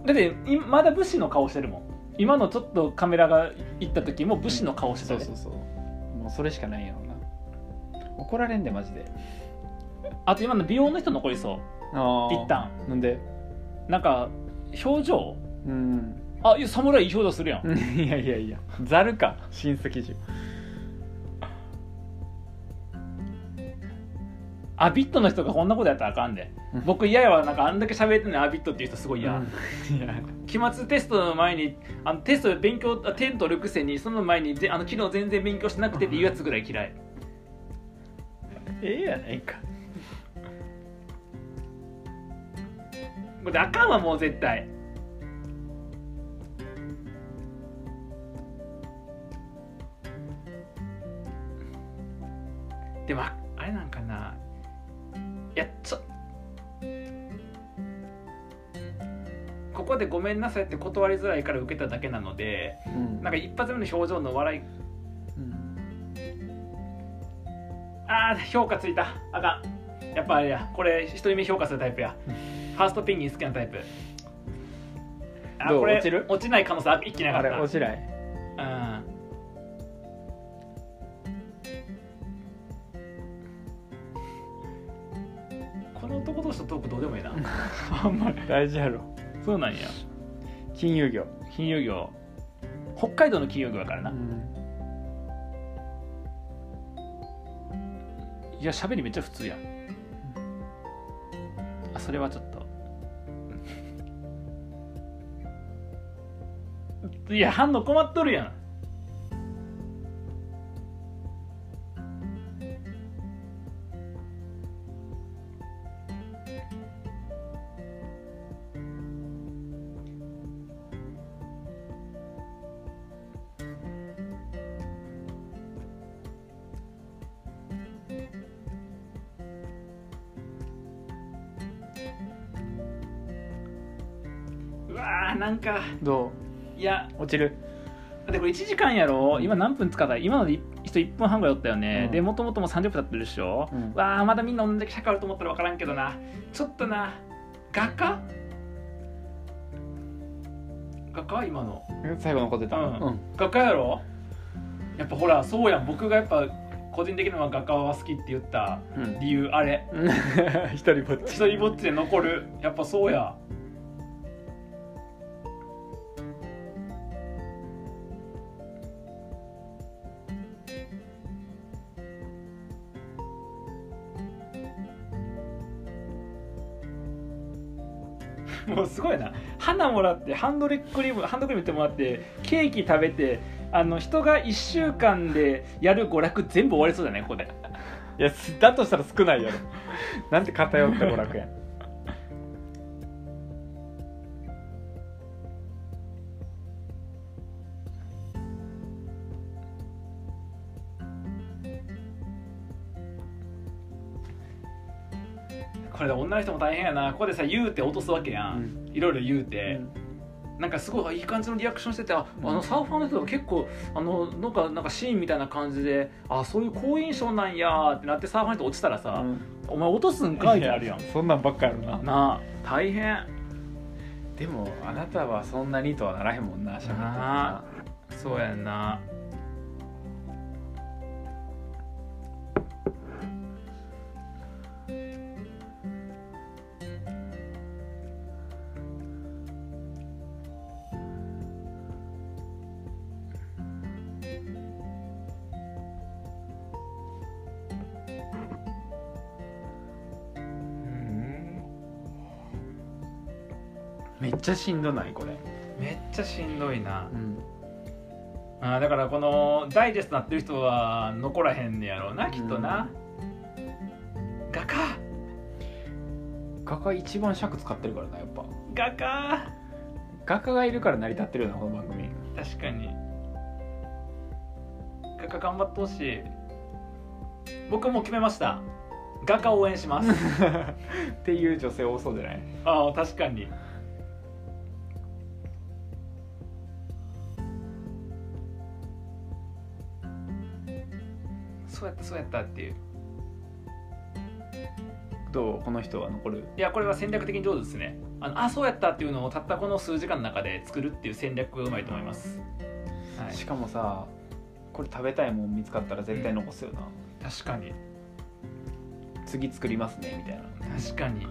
S1: だっていまだ武士の顔してるもん今のちょっとカメラが行った時も武士の顔してた
S2: そう
S1: で、
S2: そうそうもうそれしかないんやろな怒られんでマジで
S1: あと今の美容の人残りそ
S2: あ
S1: う一旦
S2: なんで
S1: なんか表情
S2: うん
S1: あいや侍いい表情するやん
S2: いやいやいやざるか審査基準
S1: アビットの人がこんなことやったらあかんで
S2: うん
S1: 僕嫌やわなんかあんだけ喋ってんのにアビットっていう人すごい
S2: い
S1: 嫌、
S2: いや
S1: 期末テストの前にあのテストで勉強あ点取るくせにその前にぜあの昨日全然勉強してなくてっていうやつぐらい嫌い
S2: ええやないか
S1: これあかんわもう絶対でもああれなんかないやちょここで「ごめんなさい」って断りづらいから受けただけなので
S2: うん
S1: なんか一発目の表情の笑い
S2: うん
S1: あー評価ついたあかんやっぱあれやこれ一人目評価するタイプやファーストペンギン好きなタイプあ
S2: どう
S1: これ
S2: 落ちる
S1: 落ちない可能性あ一気に上が
S2: あ
S1: った
S2: れ落ちない
S1: うんこの男同士のトークどうでもいいな あんまり
S2: 大事やろ
S3: そうなんや
S2: 金融業、
S3: 金融業北海道の金融業だからな、
S2: うん
S3: いや喋りめっちゃ普通やんあそれはちょっといや反応困っとるやん
S1: うわーなんか
S2: ど
S1: いや
S2: う落ちる
S3: だってこれ1時間やろ今何分使った今ので人1分半ぐらいおったよね、
S2: うん
S3: でもともともう30分経ってるでしょ、
S2: うん
S3: わあまだみんな同
S1: どん
S3: じ
S1: だけ尺あると思ったら分からんけどなちょっとな画家画家今の
S2: 最後残ってた
S1: うん
S2: うん
S1: 画家やろやっぱほらそうやん僕がやっぱ個人的には画家は好きって言った
S2: うん
S1: 理由あれ
S2: 一人ぼっち
S1: 一人ぼっちで残るやっぱそうやもうすごいな花もらってハンドレクリームハンドクリームってもらって
S3: ケーキ食べてあの人が1週間でやる娯楽全部終わりそうだねここで
S2: いやすだとしたら少ないやろなんて偏った娯楽や
S1: これで女の人も大変やなここでさ言うて落とすわけや、
S2: うんん
S1: いろいろ言うて、
S2: う
S1: なんかすごいいい感じのリアクションしててあ
S2: うん
S1: あのサーファーの人が結構あのなんかなんかシーンみたいな感じであそういう好印象なんやーってなってサーファーの人落ちたらさ、
S2: ん
S1: お前落とすんかいっ
S2: い
S1: て
S2: や
S1: なるやん
S2: そんなんばっかやろな
S1: なあ大変
S2: でもあなたはそんなにとはならへんもんなしゃべ
S1: なあ
S2: っ
S1: そうやんなうん
S2: めっちゃしんどないこれ
S1: めっちゃしんどいな
S2: うん
S1: あーだからこのダイジェストなってる人は残らへんねやろうなきっとな、画家
S2: 画家一番尺使ってるからなやっぱ
S1: 画家
S2: 画家がいるから成り立ってるよなこの番組
S1: 確かに画家頑張ってほしい僕もう決めました画家応援します
S2: っていう女性多そうじゃない
S1: ああ確かにそうやったそうやったっていう
S2: どうこの人は残る
S1: いやこれは戦略的に上手ですねあのあそうやったっていうのをたったこの数時間の中で作るっていう戦略がうまいと思います、はい、
S2: しかもさこれ食べたいもん見つかったら絶対残すよな、
S1: 確かに
S2: 次作りますねみたいな
S1: 確かに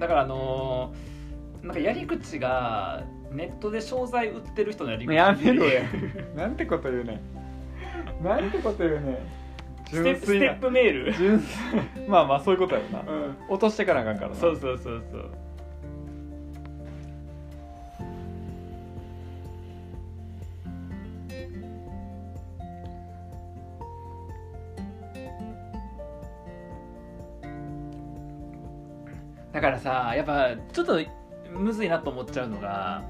S1: だからあのーなんかやり口がネットで商材売ってる人のやり口
S2: やめろやなんてこと言うねんなんてこと言うねん
S1: ステ
S2: 純
S1: ステ
S2: 粋な
S1: ップメール、
S2: 純粋まあまあそういうことやろな
S1: うん、
S2: 落としてからあかんからな
S1: そうそうそうそうだからさやっぱちょっとむずいなと思っちゃうのが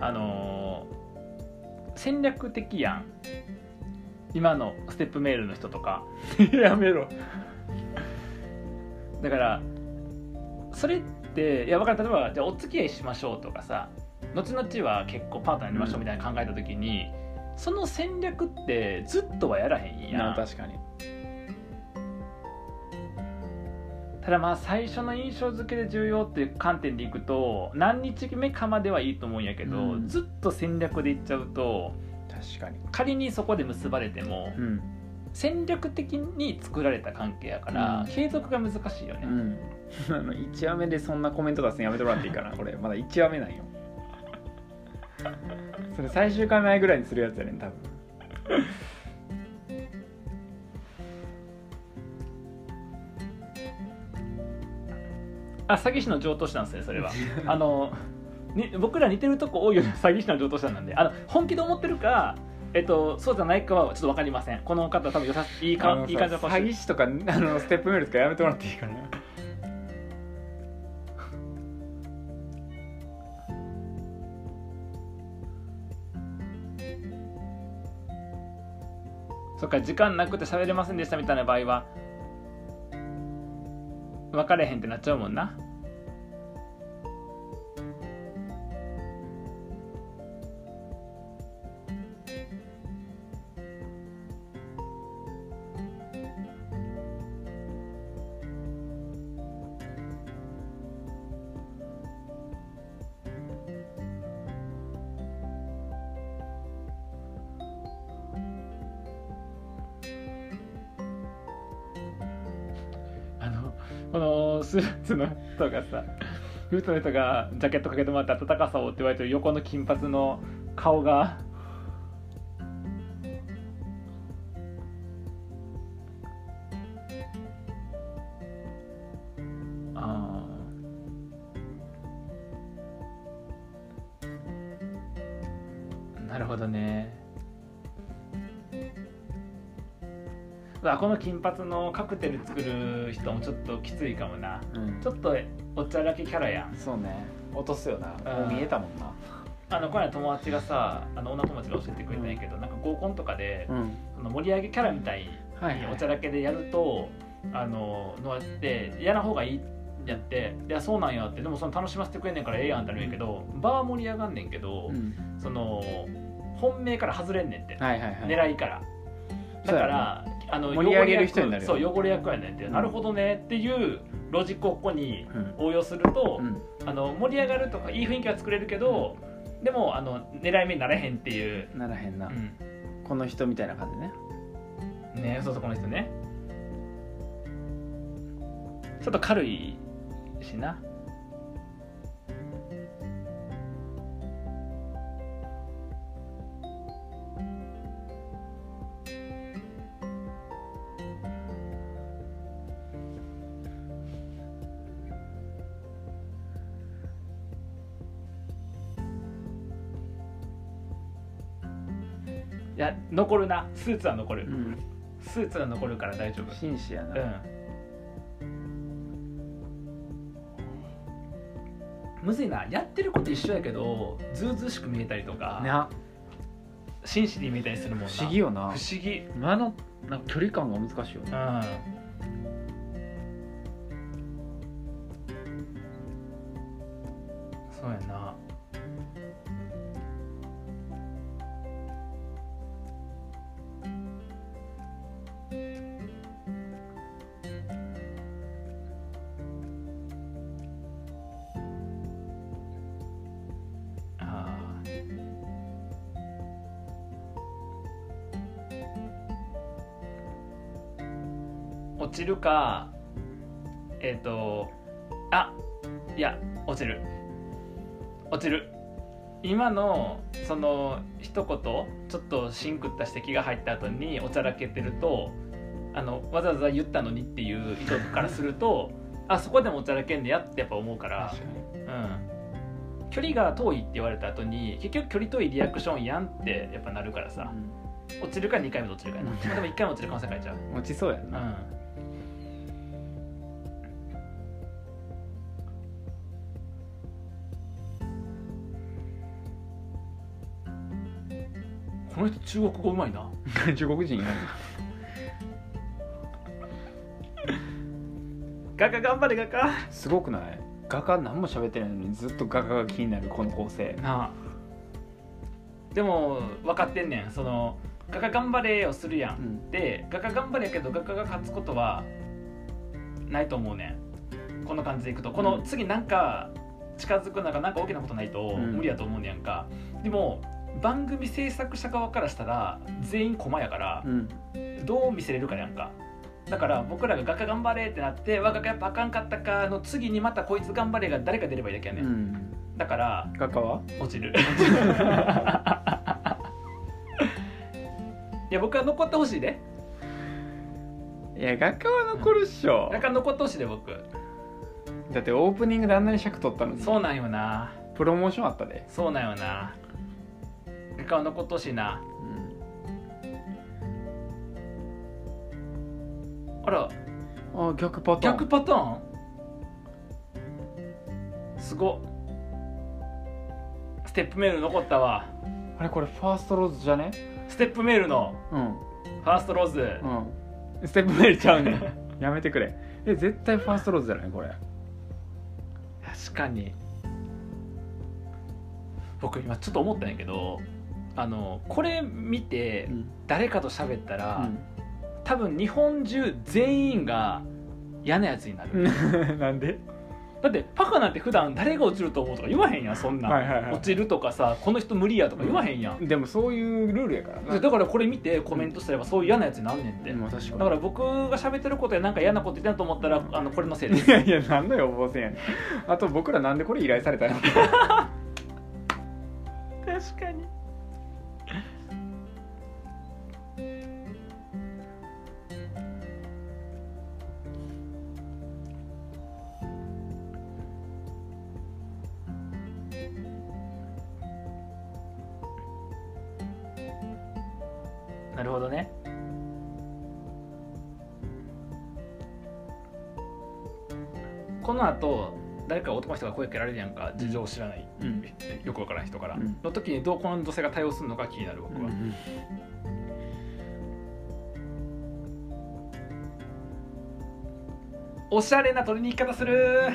S1: あのー戦略的やん今のステップメールの人とか
S2: やめろ
S1: だからそれっていや分かる例えばじゃあお付き合いしましょうとかさ後々は結構パートナーになりましょうみたいな考えた時に、その戦略ってずっとはやらへん
S2: い
S1: や
S2: や
S1: んだ
S2: 確かに
S1: ただまあ最初の印象付けで重要っていう観点でいくと何日目かまではいいと思うんやけど、
S2: うん
S1: ずっと戦略でいっちゃうと
S2: 確かに
S1: 仮にそこで結ばれても
S2: うん
S1: 戦略的に作られた関係やから、
S2: うん
S1: 継続が難しいよ
S2: う
S1: ね、
S2: ん あの1話目でそんなコメント出すのやめてもらっていいかなこれまだ1話目なんよそれ最終回前ぐらいにするやつやねん多分
S1: あ詐欺師の上等手段ですねそれはあのに僕ら似てるとこ多いよね 詐欺師の上等手段なんであの本気で思ってるかえっと、そうじゃないかはちょっと分かりませんこの方多分よさいい
S2: あ
S1: か
S2: の
S1: いい感じの
S2: さ
S1: 顔
S2: 詐
S1: してる
S2: 欺師とかあのステップメールとかやめてもらっていいかな
S1: そっか時間なくて喋れませんでしたみたいな場合は分かれへんってなっちゃうもんなあのこのスーツの人がさフーツの人がジャケットかけてもらって暖かさをって言われてる横の金髪の顔があーなるほどねうわこの金髪のカクテル作る人もちょっときついかもな
S2: うん
S1: ちょっとおちゃらけキャラやん
S2: そうね落とすよな
S1: うん
S2: もう見えたもんな
S1: あのこの間友達がさあの女友達が教えてくれたんやけど、なんか合コンとかで、
S2: うん
S1: その盛り上げキャラみたい
S2: はい
S1: に
S2: はい
S1: おちゃらけでやるとあののやって嫌な方がいいやって「いやそうなんや」ってでもその楽しませてくれんねんからええやんってなるんやけど、場は盛り上がんねんけど、
S2: うん
S1: その本命から外れんねんって、
S2: はいはいはい
S1: 狙いから。だ
S2: そ
S1: か
S2: うや
S1: ら、あの
S2: 盛り上げる人になるよ
S1: 汚れ役そう汚れ役やねんって、
S2: うん
S1: なるほどねっていうロジックをここに
S2: うん
S1: 応用すると、
S2: うん
S1: あの盛り上がるとかいい雰囲気は作れるけど、でもあの狙い目になれへんっていう、
S2: ならへんな
S1: うん
S2: この人みたいな感じね
S1: ねそうそうこの人ねちょっと軽いしないや残るなスーツは残る、
S2: うん
S1: スーツが残るから大丈夫
S2: 紳士やな
S1: むずいなやってること一緒やけどずうずうしく見えたりとか、
S2: な
S1: 紳士に見えたりするもんな
S2: 不思議よ
S1: 不
S2: な
S1: 思議
S2: 間のなんか距離感が難しいよ
S1: う
S2: ね
S1: んそうやなあー落ちるかえっ、とあいや落ちる落ちる今のその一言ちょっとシンクった指摘が入った後におちゃらけてるとあのわざわざ言ったのにっていう意図からするとあそこでもおちゃらけんねやってやっぱ思うから、
S2: かに
S1: うん、距離が遠いって言われた後に結局距離遠いリアクションやんってやっぱなるからさ落ちるか2回目で落ちるかやなでも1回も落ちる可能性変えちゃう
S2: 落ちそうやんな
S1: この人中国語うまいな
S2: 中国人や
S1: 画家頑張れ画家
S2: すごくない画家何も喋ってないのにずっと画家が気になるこの構成
S1: なあでも分かってんねんその画家頑張れをするやん、
S2: うん
S1: で画家頑張れやけど画家が勝つことはないと思うねんこの感じでいくとこの次なんか近づくなんかなんか大きなことないと
S2: うん
S1: 無理やと思うねやんか、でも番組制作者側からしたら全員駒やから
S2: うん
S1: どう見せれるかやんかだから僕らが「画家頑張れ」ってなって「わ画家やっぱあかんかったか」の次にまた「こいつ頑張れ」が誰か出ればいいだけや
S2: う
S1: ね、ん、
S2: ん
S1: だから
S2: 画家 は
S1: 落ちる いや僕は残ってほしいで
S2: いや画家は残るっしょ
S1: 画家残ってほしいで僕
S2: だってオープニングであんなに尺取ったのに
S1: そうなんよな
S2: プロモーションあったで、
S1: そうなんよな画家は残ってほしいなあら
S2: あ逆パターン
S1: 逆パターンすごっステップメール残ったわ
S2: あれこれファーストローズじゃね
S1: ステップメールの
S2: うん
S1: ファーストローズ、
S2: うんステップメールちゃうね んやめてくれえ絶対ファーストローズじゃないこれ
S1: 確かに僕今ちょっと思ったんやけどあのこれ見て
S2: うん
S1: 誰かと喋ったら、多分日本中全員が嫌なやつになる、
S2: うん なんで
S1: だってパカなんて普段誰が落ちると思うとか言わへんやんそんなん、
S2: はいはいはい
S1: 落ちるとかさこの人無理やとか言わへんやん、
S2: でもそういうルールやからな
S1: でだからこれ見てコメントすればそういう嫌なやつになんねんって、
S2: うんまあ確
S1: だ
S2: か
S1: から僕が喋ってることでなんか嫌なこと言ってんと思ったらあのこれのせいで
S2: に
S1: す
S2: いやいやなんだよお坊せんやねんあと僕らなんでこれ依頼されたの
S1: 確かになるほどねこの後誰か男の人が声かけられるやんか事情を知らない
S2: うん
S1: よくわからん人から、
S2: うん
S1: の時にどうこの女性が対応するのか気になる僕は、おしゃれな取りに行き方する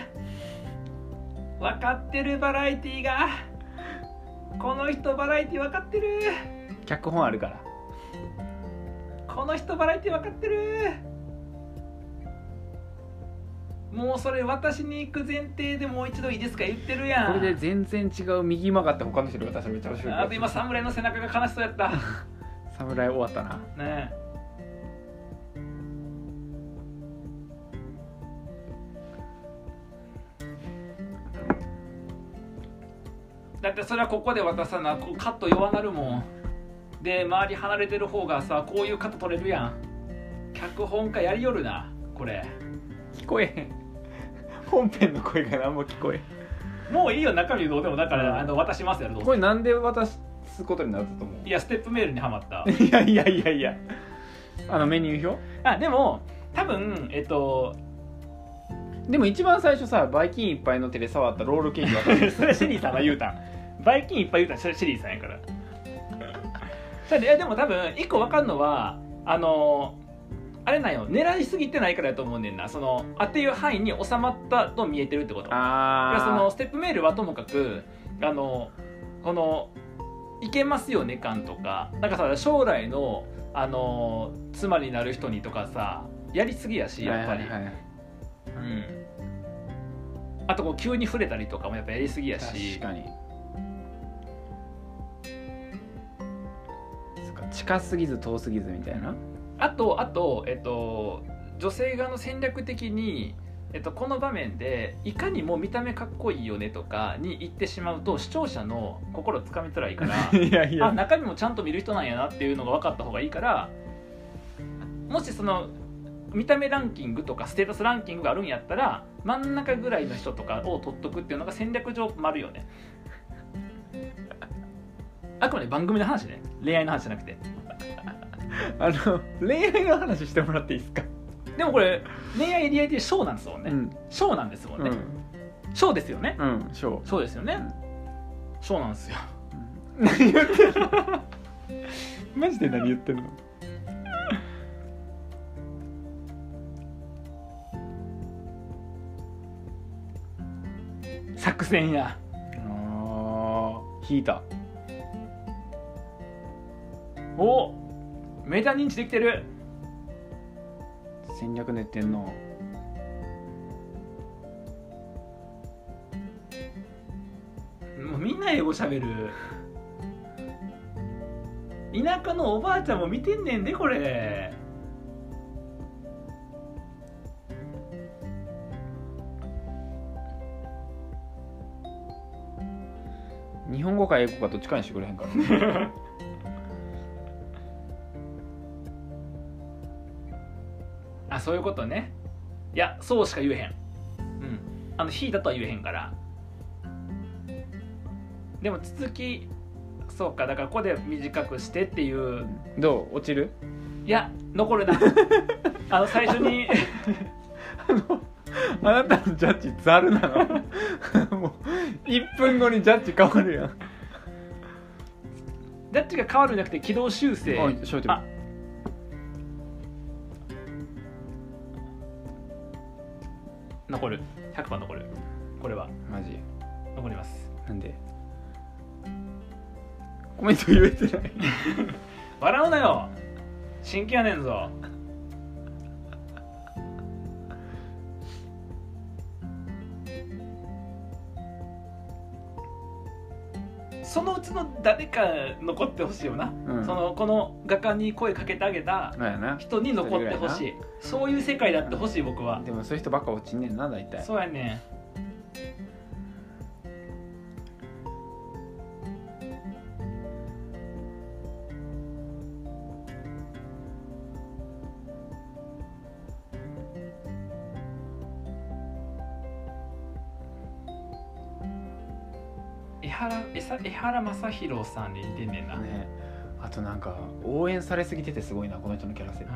S1: 分かってるバラエティーがこの人バラエティー分かってる
S2: 脚本あるから
S1: この人バラエティー分かってるもうそれ私に行く前提でもう一度いいですか言ってるやん
S2: これで全然違う右曲がって他の人に私めっちゃ面白い
S1: あと今侍の背中が悲しそうやった
S2: 侍終わったな
S1: ねえだってそれはここで渡さなこうカット弱なるもんで周り離れてる方がさこういうカット取れるやん脚本家やりよるなこれ
S2: 聞こえへん本編の声が何も聞こえへん
S1: もういいよ中身どうでもだから、
S2: うん
S1: あの渡しますやろどう
S2: これなんで渡すことになったと思う
S1: いやステップメールにはまった
S2: いやいやいやいやあのメニュー表
S1: あでも多分えっと
S2: でも一番最初さバイキンいっぱいの手で触ったロールケーキ渡 す
S1: それシェリーさんは言うたんバイキンいっぱい言うたんシェシェリーさんやからだっていやでも多分一個わかんのはあのあれなんよ狙いすぎてないからやと思うねんなそのあっていう範囲に収まったと見えてるってことだか
S2: あ
S1: ら
S2: あ
S1: そのステップメールはともかくあのこの「いけますよね感」とかなんかさ将来のあの妻になる人にとかさやりすぎやしやっぱり、
S2: はいはいはい
S1: うん、あとこう急に触れたりとかもやっぱやりすぎやし
S2: 確かにそっか近すぎず遠すぎずみたいな
S1: あとあと、えっと、女性側の戦略的に、えっと、この場面でいかにも見た目かっこいいよねとかに言ってしまうと視聴者の心つかみづらいから
S2: いやい
S1: あ中身もちゃんと見る人なんやなっていうのが分かった方がいいからもしその見た目ランキングとかステータスランキングがあるんやったら真ん中ぐらいの人とかを取っとくっていうのが戦略上丸よねあくまで番組の話ね恋愛の話じゃなくて
S2: あの恋愛の話してもらっていいですか
S1: でもこれ恋愛リアリティショーなんですもんね、
S2: うん
S1: ショーなんですもん
S2: う
S1: ね、
S2: ん
S1: ショーですよね
S2: うんしょ
S1: ショーですよね、
S2: うん
S1: ショーなんですよ
S2: う何言ってるのマジで何言ってるの
S1: 作戦や
S2: ああ引いた
S1: おメタ認知できてる
S2: 戦略練ってんの
S1: みんな英語喋る田舎のおばあちゃんも見てんねんでこれ
S2: 日本語か英語かどっちかにしてくれへんからね
S1: あそういうことねいやそうしか言えへんうんあの「ひ」だとは言えへんからでも続きそうかだからここで短くしてっていう
S2: どう落ちる
S1: いや残るな あの最初に
S2: あなたのジャッジザルなの もう1分後にジャッジ変わるやん
S1: ジャッジが変わるんじゃなくて軌道修正
S2: おい翔太
S1: あ残る100%残るこれは
S2: マジ
S1: 残ります
S2: なんでコメント言えてない
S1: 笑うなよ真剣やねんぞそのうちの誰か残ってほしいよな、
S2: うん
S1: そのこの画家に声かけてあげた
S2: なんや な
S1: 人に残ってほしいそういう世界だってほしい僕は
S2: でもそういう人ばっか落ちんねんな大体
S1: そうやね江原江さ江原正宏さんに似てんねんな、
S2: ねあとなんか応援されすぎててすごいなこの人のキャラ設
S1: う
S2: 定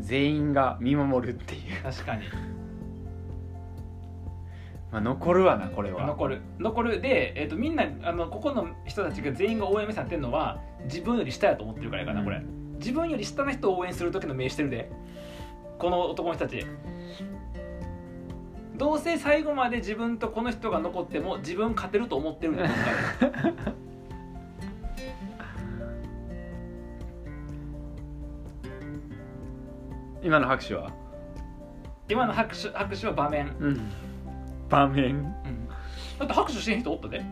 S1: ん、
S2: 全員が見守るっていう
S1: 確かに
S2: まあ残るわなこれは
S1: 残る残るで、えー、とみんなあのここの人たちが全員が応援目線やってるのは自分より下やと思ってるからやからなこれ、自分より下の人を応援する時の名してるでこの男の人たちどうせ最後まで自分とこの人が残っても自分勝てると思ってるんだよどっ かで
S2: 今の拍手は
S1: 今の拍手拍手は場面、
S2: うん場面
S1: うんだって拍手してん人おったで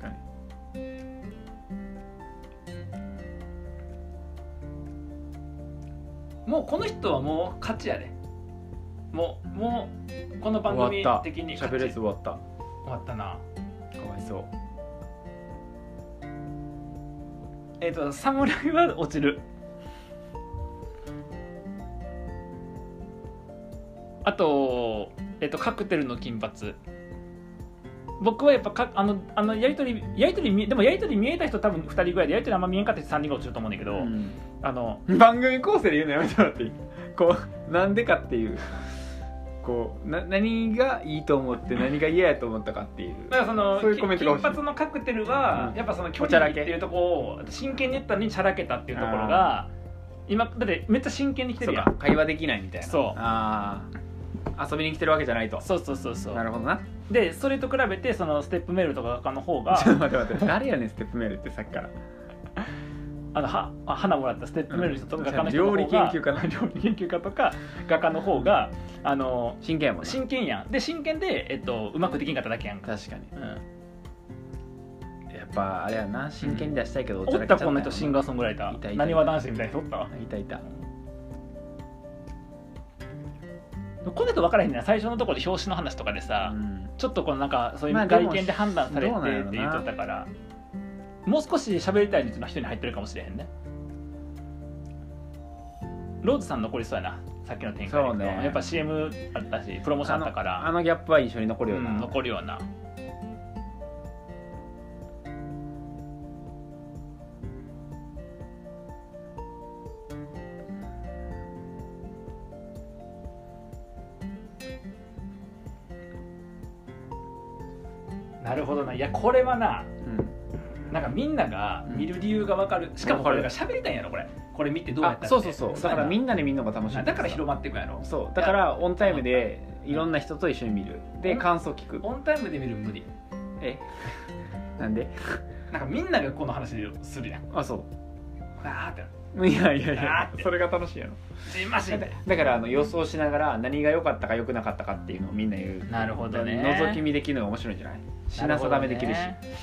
S2: 確かに
S1: もうこの人はもう勝ちやでもうもうこの番組
S2: 終わった
S1: 的に勝
S2: 喋
S1: ち
S2: れず終わった
S1: 終わったな
S2: かわいそう
S1: えっ、と侍は落ちるあと,、えっとカクテルの金髪僕はやっぱかあのあのやり取りやり取り見でもやり取り見えた人多分2人ぐらいでやり取りあんま見えんかった人3人ぐらい落ちると思うんだけど、あの
S2: 番組構成で言うのやめてもらっていいこうなんでかっていうこうな何がいいと思って何が嫌やと思ったかっていう
S1: だからその
S2: そういうコメントが
S1: 金
S2: 欲しい
S1: 髪のカクテルは、
S2: うん
S1: やっぱその距
S2: おちゃ
S1: 離
S2: ら
S1: っ
S2: け
S1: ていうとこを真剣に言ったのにチャラけたっていうところが今だってめっちゃ真剣に来て
S2: そ
S1: る
S2: う
S1: や
S2: か
S1: ん
S2: 会話できないみたいな
S1: そう
S2: あー遊びに来てるわけじゃないと
S1: そうそうそうそう
S2: なるほどな
S1: でそれと比べてそのステップメールとか画家の方が
S2: ちょっと待って待って誰やねんステップメールってさっきから
S1: あのはあ花もらったステップメールの人と
S2: うん
S1: か画家の人の方が
S2: 料理研究家な
S1: 料理研究家とか画家の方があの
S2: 真剣やもんな
S1: 真剣やんで真剣で、えっと、うまくできんかっただけやんか、
S2: 確かに
S1: うん、
S2: やっぱあれやな真剣に出したいけど、おち
S1: お
S2: ゃ
S1: っ
S2: らけち
S1: た
S2: ゃった
S1: こんな人シンガーソングライタ
S2: いた
S1: ー
S2: いたいた
S1: なにわ男子みたいな人おった
S2: いたいた
S1: この人分からへんねん最初のところで表紙の話とかでさ、
S2: うん
S1: ちょっとこのなんかそういう
S2: まあで
S1: 外
S2: も
S1: 見で判断されて
S2: どうなんや
S1: っ
S2: ろな
S1: て言っとったから、もう少し喋りたい人の人に入ってるかもしれへんねローズさん残りそうやなさっきの展開でいくと
S2: そうね
S1: やっぱ CM あったしプロモーションあったから
S2: あのあのギャップは印象に残るよな、
S1: うん、残るようななるほどないやこれはな
S2: うん
S1: なんかみんなが見る理由がわかるしかもこれが喋りたいんやろこれこれ見てどうやった
S2: あ
S1: って
S2: そうそうそうだからみ
S1: ん
S2: んなで見るのが楽しい
S1: なだから広まっていくんやろ
S2: そうだからオンタイムでいろんな人と一緒に見るで
S1: うん
S2: 感想聞く
S1: オンタイムで見る無理
S2: え なんで
S1: なんかみんながこの話するやん
S2: あそ
S1: あーってなる
S2: ういやいやい
S1: あ
S2: や
S1: ーって
S2: それが楽しいやろ
S1: ジンマシン
S2: だだからあの予想しながら何が良かったか良くなかったかっていうのをみんな言う
S1: なるほどね
S2: 覗き見できるのが面白いんじゃない品定めできるし
S1: なほどね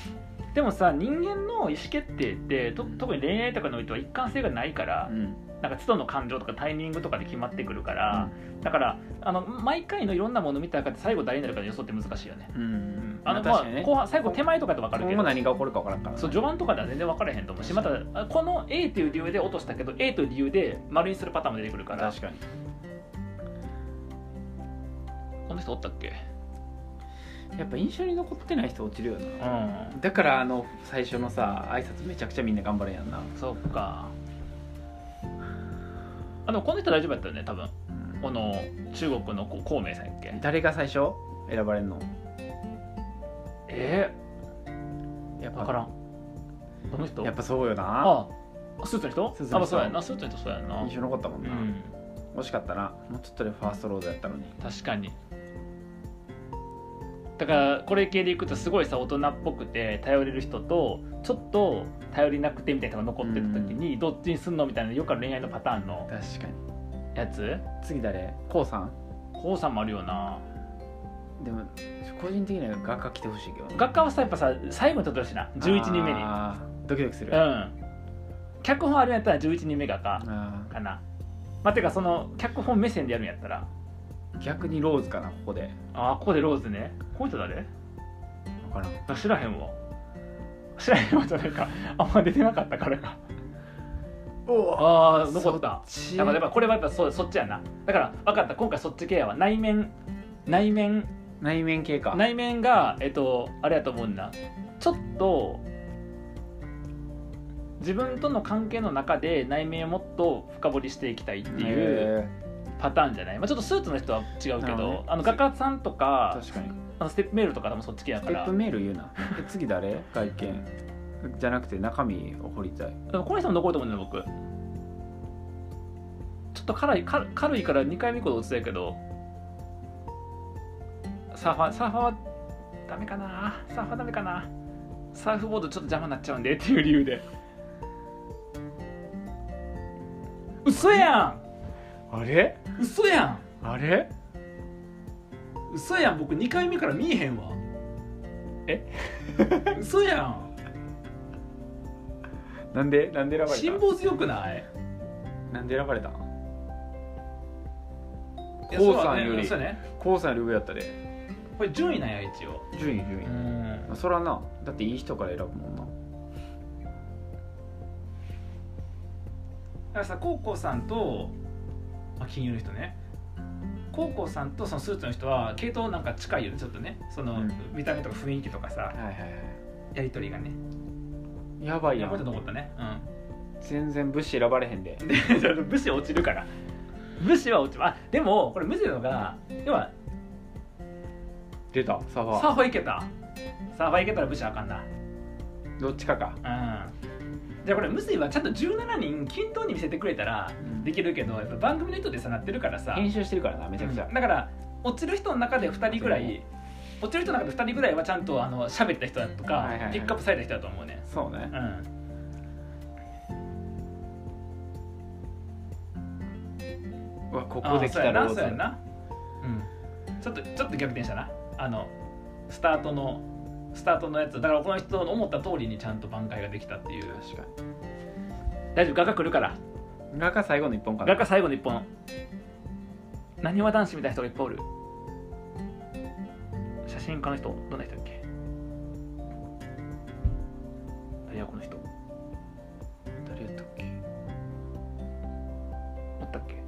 S1: でもさ人間の意思決定ってと特に恋愛とかにおいては一貫性がないから、
S2: うん
S1: なんか都度の感情とかタイミングとかで決まってくるから、だからあの毎回のいろんなもの見た中で最後誰になるかの予想って難しいよね、
S2: う
S1: うん
S2: ん、
S1: あの
S2: まあ
S1: ま
S2: 確
S1: あ
S2: かにね
S1: 後半最後手前とかで分かるけ
S2: 今後
S1: ど
S2: 何が起こるか分からんからね
S1: そう序盤とかでは全然分からへんと思うしまたあこの A という理由で落としたけど A という理由で丸にするパターンも出てくるから
S2: 確かに
S1: この人おったっけ
S2: やっぱ印象に残ってない人落ちるよな
S1: うん
S2: だからあの最初のさ挨拶めちゃくちゃみんな頑張るやんな、
S1: そうかあでもこの人大丈夫やったよね多分この中国のこ孔明さんやっけ
S2: 誰が最初選ばれんの
S1: え
S2: やっ
S1: ー、
S2: ぱ
S1: 分からんこの人
S2: やっぱそうよな
S1: あスーツの人
S2: スーツの人
S1: あまあそうやなスーツの人そうやな
S2: 印象残ったもん
S1: う
S2: な、
S1: ん
S2: 惜しかったなもうちょっとでファーストロードやったのに
S1: 確かにだからこれ系でいくとすごいさ大人っぽくて頼れる人とちょっと頼りなくてみたいなのが残ってた時にどっちにすんのみたいなよくある恋愛のパターンの
S2: 確かに
S1: やつ
S2: 次誰こうさん
S1: こうさんもあるよな
S2: でも個人的には画家来てほしいけど
S1: 学科はさやっぱさ最後にとってほしいな11人目に
S2: あードキドキする、
S1: う
S2: あ
S1: ん脚本あるんやったら11人目がか
S2: あ
S1: かなまあてかその脚本目線でやるんやったら
S2: ー逆にローズかなここで
S1: ああここでローズねこの人誰
S2: 分からん
S1: あ知らへんわ知らへんわじゃないかあんま出てなかったからか
S2: お
S1: ああ残った
S2: ち
S1: だからやっぱこれはやっぱそそっちやなだから分かった今回そっち系やわ内面内面
S2: 内面系か
S1: 内面がえっとあれやと思うんだちょっと自分との関係の中で内面をもっと深掘りしていきたいっていう
S2: へ
S1: パターンじゃない、まあ、ちょっとスーツの人は違うけ
S2: なるほど
S1: ど、
S2: ね
S1: あの画家さんと
S2: ー
S1: か
S2: 確かに
S1: あのステップメールとかでもそっち系や
S2: ス
S1: か
S2: テッ
S1: ら
S2: プメール言うなえ次誰外見じゃなくて中身を掘りたい
S1: でもこの人も残ると思うんだよ僕ちょっと軽い軽軽いから2回目以降で落ちたけどサーファーサーファーはダメかなサーファーダメかなサーフボードちょっと邪魔になっちゃうんでっていう理由で嘘や
S2: あれ
S1: ん嘘やん
S2: あれ
S1: 嘘やん僕2回目から見えへんわえ嘘やん
S2: なんでなんで選ばれ
S1: 辛抱強くない
S2: たなんで選ばれた
S1: いや
S2: コウさん
S1: そうだね
S2: より
S1: そうだね
S2: コウさんより上やったで
S1: これ順位なんや一応
S2: 順位順位、まあ、そらなだっていい人から選ぶもんな
S1: だからさコウコウさんと、まあ、金融の人ねコウコウさんとそのスーツの人は系統なんか近いよねちょっとねその、
S2: うん
S1: 見た目とか雰囲気とかさ
S2: はいはいは
S1: やり取りがね
S2: いやばい
S1: い
S2: や
S1: やこういうん の残ったね
S2: 全然物資選ばれへんで
S1: うんで武士落ちるから武士は落ちるあでもこれ無視なのが要は
S2: 出たサファ
S1: サーファーいけたサーファーいけたら武士はあかんな
S2: どっちかか、
S1: うんじゃあこれ無視はちゃんと17人均等に見せてくれたらできるけどやっぱ番組の人でさなってるからさ
S2: 編集してるからなめちゃくちゃ、
S1: だから落ちる人の中で2人ぐらい落ちる人の中で2人ぐらいはちゃんとあの喋った人だとか、
S2: はいはいはい
S1: ピックアップされた人だと思うね
S2: そうね
S1: うん
S2: うわここで来
S1: あ
S2: たロー
S1: そう
S2: ズ
S1: やなそうやなうんちょっとちょっと逆転したなあのスタートのスタートのやつだからこの人の思った通りにちゃんと挽回ができたっていう
S2: 確か
S1: 大丈夫画家来るから
S2: に画家最後の一本かな
S1: 画家最後の一本なにわ男子みたいな人がいっぱいおる写真家の人どんな人だっけ誰やこの人
S2: 誰やったっけ
S1: おったっけ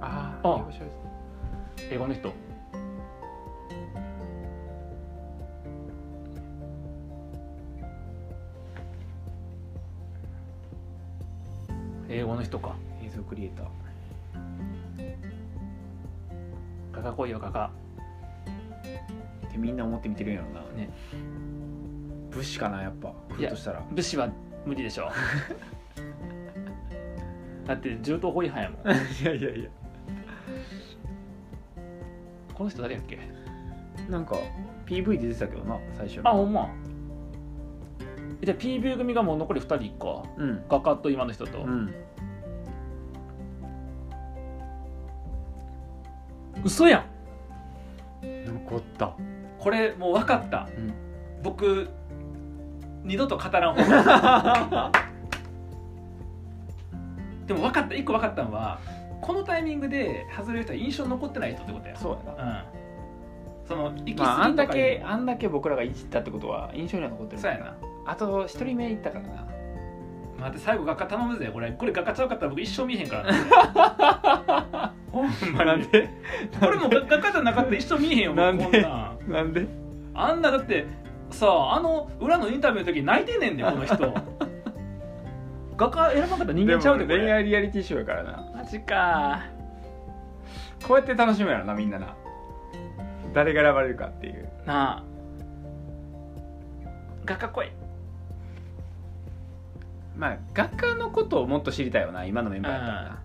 S2: あ
S1: あ
S2: あ
S1: 英語の人英語の人か
S2: 映像クリエイター
S1: 画家来いよ画家
S2: ってみんな思って見てるんやろな
S1: ね
S2: 武士かなやっぱ来るとしたら
S1: 武士は無理でし ょだって銃刀法違反やもん
S2: いやいやいや
S1: この人誰やっけ
S2: なんか PV で出てたけどな最初の
S1: あほんまえじゃあ PV 組がもう残り2人か
S2: うん
S1: 画家と今の人と、
S2: うん
S1: 嘘やん
S2: 残った
S1: これもう分かった、
S2: うん
S1: 僕二度と語らん方がい いでも分かった一個分かったのはこのタイミングで外れる人は印象に残ってない人ってことや
S2: そうやな
S1: うんその行き過ぎとか、
S2: まあ、あんだけあんだけ僕らがいじったってことは印象には残ってる
S1: そうやな
S2: あと一人目いったからな
S1: 待って最後画家頼むぜこれこれ画家ちゃうかったら僕一生見えへんからね ほんまに
S2: で
S1: これもう画家じゃなかったら一生見えへんよ
S2: なんで
S1: もうこんなん
S2: なんで
S1: あんなだってさああの裏のインタビューの時泣いてんねん でこの人画家選ばなかったら人間ちゃうでこ
S2: も恋
S1: れ
S2: 愛リアリティショーやからな
S1: マジか
S2: こうやって楽しむやろなみんなな誰が選ばれるかっていう
S1: なあ画家来い
S2: まあ画家のことをもっと知りたいよな今のメンバーやったらな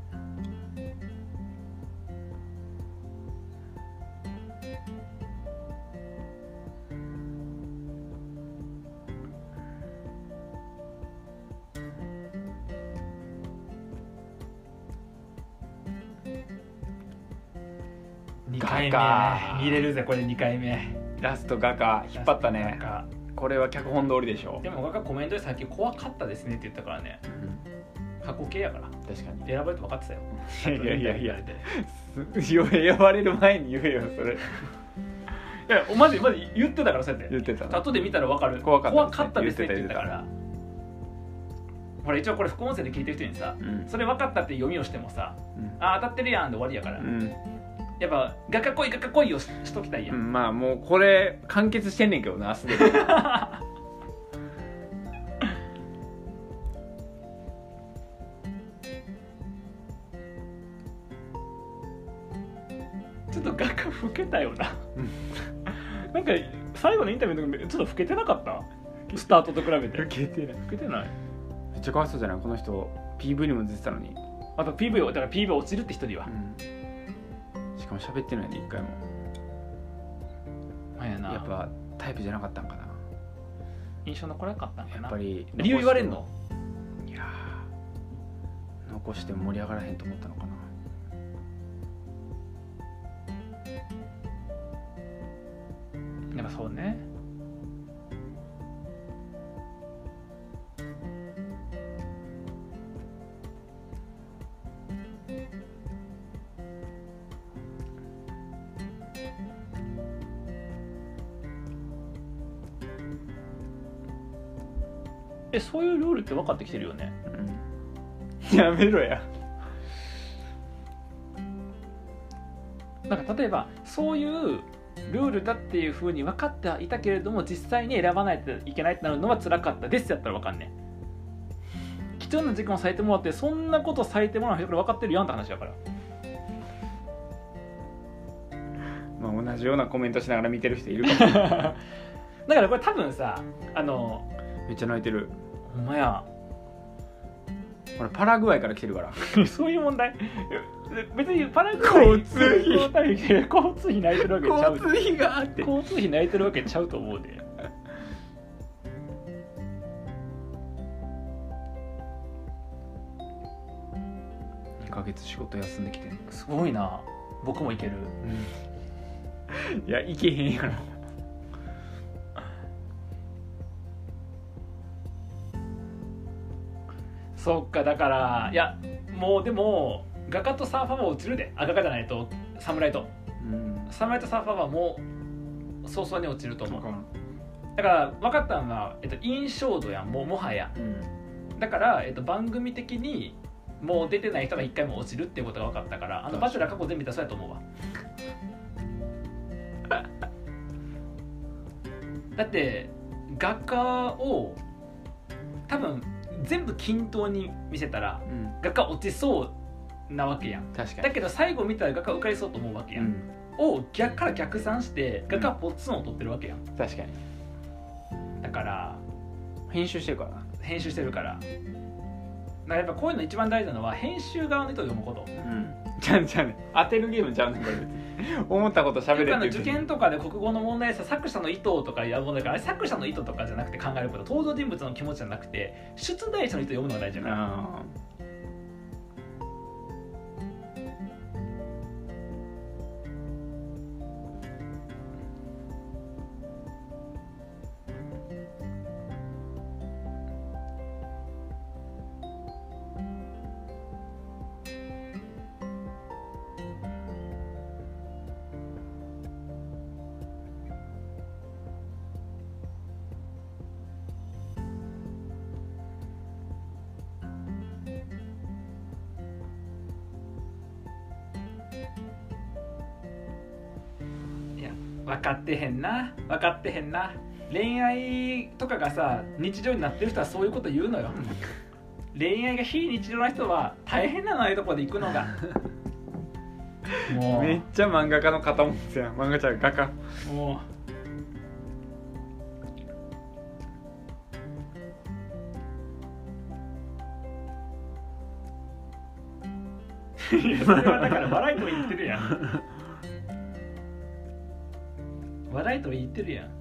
S1: 2
S2: 回目
S1: 見れるぜこれ2回目
S2: ラスト画家引っ張ったね
S1: 画
S2: これは脚本通りでしょ
S1: 家でも画家コメントでさっき怖かったですねって言ったからね
S2: う、
S1: 過去形やから
S2: 確かに
S1: 選ばれて分かってたよ
S2: いやいやいや
S1: 後でインタビュー
S2: 呼ばれる前に言えよそれ
S1: 言われていやマジマジ言ってたからそうやって
S2: 言ってたな
S1: 後で見たら分かる
S2: 怖かったですね
S1: ですねって言っ
S2: 言ってて
S1: た
S2: た
S1: からほら一応これ副音声で聞いてる人にさ
S2: うん
S1: それ分かったって読みをしてもさ
S2: うん
S1: あ当たってるやんで終わりやから、
S2: うん
S1: やっぱ画家来い画家来いをししときたいや、
S2: うんんまあもうこれ完結してんねんけどなすでに
S1: ちょっと画家老けたよな
S2: う
S1: なんか最後のインタビューの時ちょっと老けてなかったスタートと比べて老
S2: けてない
S1: けてない
S2: めっちゃかわいそうじゃないこの人 PV にも出てたのに、
S1: あと PV をだから PV 落ちるって一人は
S2: しかも喋ってないで一回も
S1: まあやな
S2: やっぱタイプじゃなかったんかな
S1: 印象残らなかったんかな
S2: やっぱり
S1: 理由言われんの
S2: いやー残しても盛り上がらへんと思ったのかな
S1: やっぱそうねえそういうルールって分かってきてるよね
S2: うんやめろや
S1: なんか例えばそういうルールだっていうふうに分かってはいたけれども実際に選ばないといけないってなるのは辛かったですやったら分かんねん貴重な時間を割いてもらってそんなこと割いてもらう人これ分かってるやんって話だから
S2: まあ同じようなコメントしながら見てる人いるかも
S1: だからこれ多分さあの
S2: めっちゃ泣いてる
S1: ほんまや
S2: ほらパラグアイから来てるか ら
S1: そういう問題別にパラグアイ
S2: 交通費
S1: 交通費いや交通費泣いてるわけちゃう
S2: 交通費があって
S1: 交通費泣いてるわけちゃうと思うで
S2: 2ヶ月仕事休んできてん
S1: すごいな僕もいける
S2: いや行けへんやろ
S1: そっかだからいやもうでも画家とサーファーも落ちるであ画家じゃないと侍と
S2: うん
S1: 侍とサーファーはもう早々に落ちると思う
S2: わからん
S1: だから分かったのは、えっと、印象度やんもうもはや
S2: うん
S1: だから、えっと、番組的にもう出てない人が一回も落ちるっていうことが分かったからあの「バチェラー」過去全部出そうやと思うわ だって画家を多分全部均等に見せたら
S2: うん
S1: 画家落ちそうなわけやん
S2: 確か
S1: だ
S2: に
S1: けど最後見たら画家受かりそうと思うわけやん、
S2: ん
S1: を逆から逆算して画家ポツンを取ってるわけやん
S2: 確かに
S1: だから
S2: 編集してるからな
S1: 編集してるからだからやっぱこういうの一番大事なのは編集側の人を読むこと
S2: うんちゃうちゃうね当てるゲームちゃうねんこれ別に思ったこと喋れ
S1: よ
S2: って
S1: くあの
S2: 言って
S1: 受験とかで国語の問題さ作者の意図とかやるもんだからあれ作者の意図とかじゃなくて考えること登場人物の気持ちじゃなくて出題者の意図を読むのが大事だから
S2: あ
S1: 分かってへんな分かってへんな恋愛とかがさ日常になってる人はそういうこと言うの よ恋愛が非日常な人は大変なのああいうとこで行くのがも
S2: めっちゃ漫画家の方もですやん漫画ちゃん画家
S1: うもういやそれはだから笑いと言ってるやん笑いと言ってるやん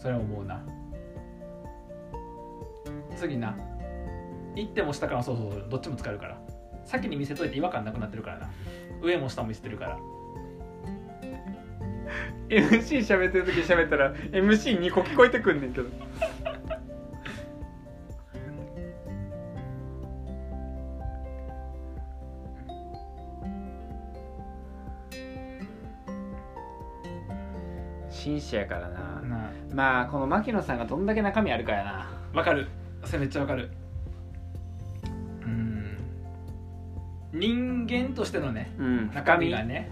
S1: それは思うな次な行っても下からもそうそうそうどっちも使えるから先に見せといて違和感なくなってるからな上も下も見せてるから
S2: MC 喋ってる時喋ったら MC2 個聞こえてくんねんけど紳士やからな
S1: な
S2: まあこの牧野さんがどんだけ中身あるかやな
S1: あわかるそれめっちゃわかるうん人間としてのね
S2: うん
S1: 中身がね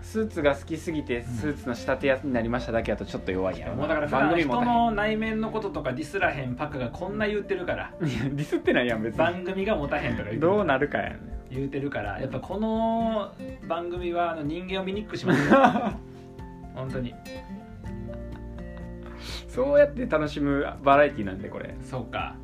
S2: スーツが好きすぎてスーツの仕立て屋になりましただけだとちょっと弱いや
S1: う
S2: ろ
S1: んもう
S2: な
S1: だから普
S2: 番
S1: 段
S2: 組も
S1: 人
S2: 大
S1: の内面のこととかディスらへんパクがこんな言ってるから
S2: 変いやディスってないやん別に
S1: 番組が持たへんとか言ってる
S2: どうなるかやね
S1: 言うてるからやっぱこの番組はあの人間を見にくくします よ
S2: ん
S1: 本当に
S2: そうやって楽しむバラエティなんでこれ
S1: そうか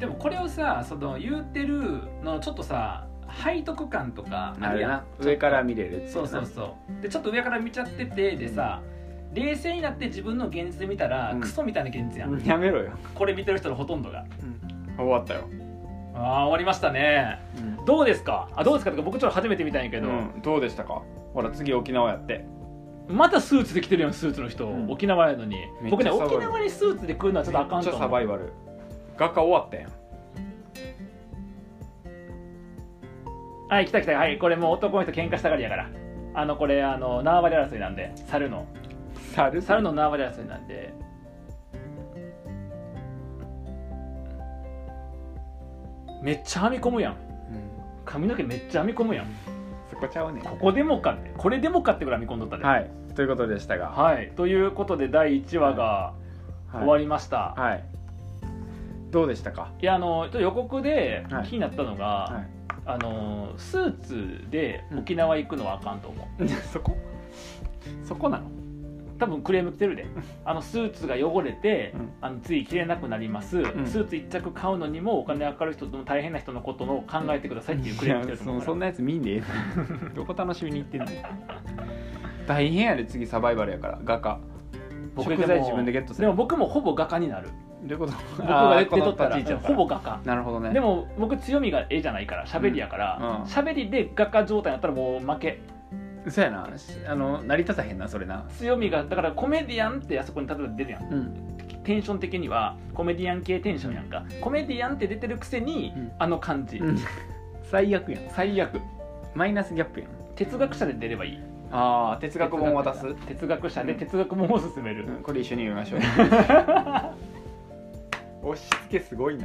S1: でもこれをさその言うてるのちょっとさ背徳感とかあ
S2: あ
S1: る
S2: れ
S1: やん
S2: な
S1: ちょっと
S2: 上から見れるってい
S1: そうそうそうでちょっと上から見ちゃっててでさ冷静になって自分の現実で見たら、
S2: うん
S1: クソみたいな現実やん、
S2: やめろよ、
S1: これ見てる人のほとんどが
S2: 終わったよ、
S1: ああ終わりましたね
S2: うん
S3: どうですかあどうですかとか僕ちょっと初めて見たんやけど、
S2: どうでしたかほら次沖縄やって
S3: またスーツで来てるやんスーツの人、
S2: うん
S3: 沖縄やのに
S2: めっちゃ
S3: 僕ね
S2: サバイ
S3: 沖
S2: バル
S3: 縄にスーツで来るのはちょっとあかん
S2: め
S3: と
S2: っちゃ
S3: 思
S2: サ
S3: う
S2: バイバル画家終わったやん
S3: はい来た来たはいこれもう男の人喧嘩したがりやからあのこれあの縄張り争いなんで猿の
S2: 猿
S3: 猿の縄張り争いなんでめっちゃ編み込むやん
S2: うん
S3: 髪の毛めっちゃ編み込むやん
S2: そこちゃうね
S3: ここでもかってこれでもかってぐらい編み込んどったでは
S2: はいということでしたが
S3: い、ということで第1話が
S2: はい
S3: 終わりました、
S2: はいどうでしたか
S3: い、やあのちょっと予告で
S2: はい
S3: 気になったのが、
S2: は
S3: あのスーツで沖縄行くのはあかんと思う、
S2: い そこそこなの
S3: 多分クレーム来てるであのスーツが汚れて、
S2: うん
S3: あのつい着れなくなります、
S2: ん
S3: スーツ一着買うのにもお金かかる人とも大変な人のことを考えてくださいっていうク
S2: い
S3: レーム
S2: や
S3: 来てると
S2: そ
S3: 思う
S2: の
S3: か
S2: そんなやつ見んでええ どこ楽しみに行ってんの大変やで次サバイバルやから画家
S3: 僕
S2: 食材自分でゲット
S3: ら
S2: す
S3: で
S2: る
S3: も僕もほぼ画家になる
S2: どういうこと
S3: 僕が出
S2: あーこ
S3: 取
S2: の
S3: ったら
S2: 立ち位置やから
S3: ほぼ画家
S2: なるほどね
S3: でも僕強みが絵じゃないから喋りやか
S2: うんう
S3: ら
S2: ん
S3: 喋、りで画家状態だったらもう負け
S2: そうやなしあの成り立たへんなそれな
S3: 強みがだからコメディアンってあそこに例えば出るやん
S2: うん
S3: テンション的にはコメディアン系テンションやんかコメディアンって出てるくせに、
S2: うん
S3: あの感じ、
S2: 最悪やん
S3: 最悪
S2: マイナスギャップやん
S3: 哲学者で出ればいい
S2: ああ哲学本渡す、
S3: 哲学者で哲学本を勧める、
S2: うんこれ一緒に読みましょう 押し付けすごいな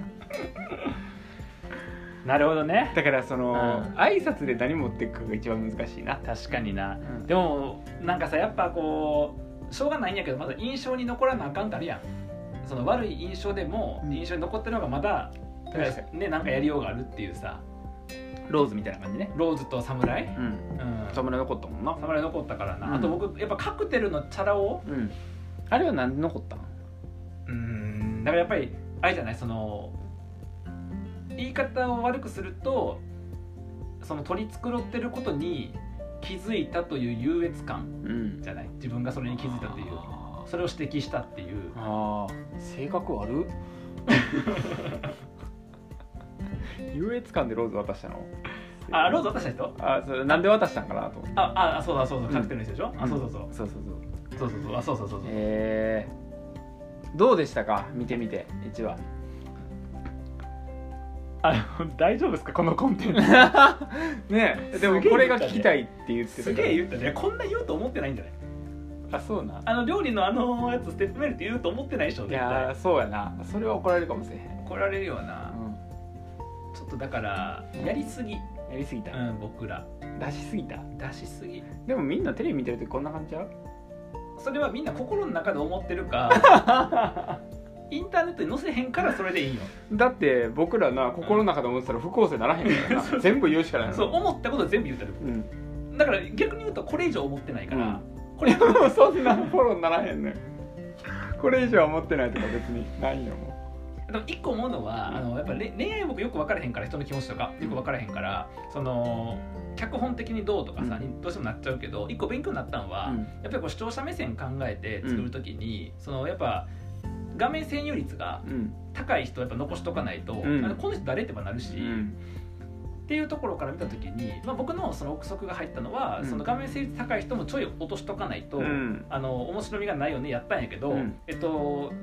S3: なるほどね
S2: だからその、
S3: うん
S2: 挨拶で何持ってくかが一番難しいな、
S3: 確かにな
S2: うん
S1: でもなんかさやっぱこうしょうがないんやけどまだ印象に残らなあかんってあるやんその悪い印象でも
S2: うん
S1: 印象に残ってるのがまだ、
S2: 確か
S1: ねなんかやりようがあるっていうさ
S2: ローズみたいな感じね
S1: ローズと侍、うん、
S2: うん侍残ったもんな
S1: 侍残ったからな、
S2: うん
S1: あと僕やっぱカクテルのチャラを
S2: うんあれは何で残ったん
S1: うんだからやっぱりあれじゃないその言い方を悪くするとその取り繕ってることに気づいたという優越感
S2: うん
S1: じゃない自分がそれに気づいたという
S2: あー
S1: それを指摘したっていう
S2: あー性格悪っ 優越感でローズ渡したの
S1: あローズ渡した人
S2: あそれなんで渡したんかなと思って
S1: あああそうだそうだ
S2: うん
S1: カクテルの人でしょ、あそうそうそう
S2: そうそうそう
S1: そうそうそうあそうそうそうそう
S2: えー、どうでしたか見てみて一話
S3: あの大丈夫ですかこのコンテンツ
S2: ねえですも
S3: げえ
S2: これが聞きたいって言ってた
S1: す
S2: から
S1: げえ言ったねこんな言うと思ってないんじゃない
S2: あそうな
S1: あの料理のあのやつステップメールって言うと思ってないでしょ
S2: い
S1: 絶
S2: やー
S1: 対
S2: そうやなそれは怒られるかもしれへん、
S1: 怒られるよなちょっとだからやりすぎ
S2: うん、やりすぎた、
S1: うん僕ら
S2: 出しすぎた
S1: 出しすぎ
S2: でもみんなテレビ見てる時こんな感じちゃう
S1: それはみんな心の中で思ってる かインターネットに載せへんからそれでいいよ
S2: だって僕らな心の中で思ってたら不公正ならへんからな全部言うしかないの
S1: そう思ったこと全部言ったら
S2: うん、
S1: だから逆に言うとこれ以上思ってないから、
S2: こ れもう そんなフォローにならへんねんこれ以上は持ってないとか別にないよも
S1: でも一個思うのは、あのやっぱれ恋愛僕よく分からへんから人の気持ちとかよく分からへんからその脚本的にどうとかさ、
S2: うん
S1: にどうしてもなっちゃうけど一個勉強になったの
S2: う、
S1: は、やっぱりこう視聴者目線考えて作る時に、そのやっぱ画面占有率が
S2: うん
S1: 高い人はやっぱ残しとかないと、
S2: うん
S1: あのこの人誰ってばなるし、
S2: う
S1: っ
S2: ん
S1: ていうところから見た時に、まあ、僕のその憶測が入ったのは、
S2: うん
S1: その画面占有率高い人もちょい落としとかないと、
S2: うん
S1: あの面白みがないよねやったんやけど、
S2: うん
S1: えっと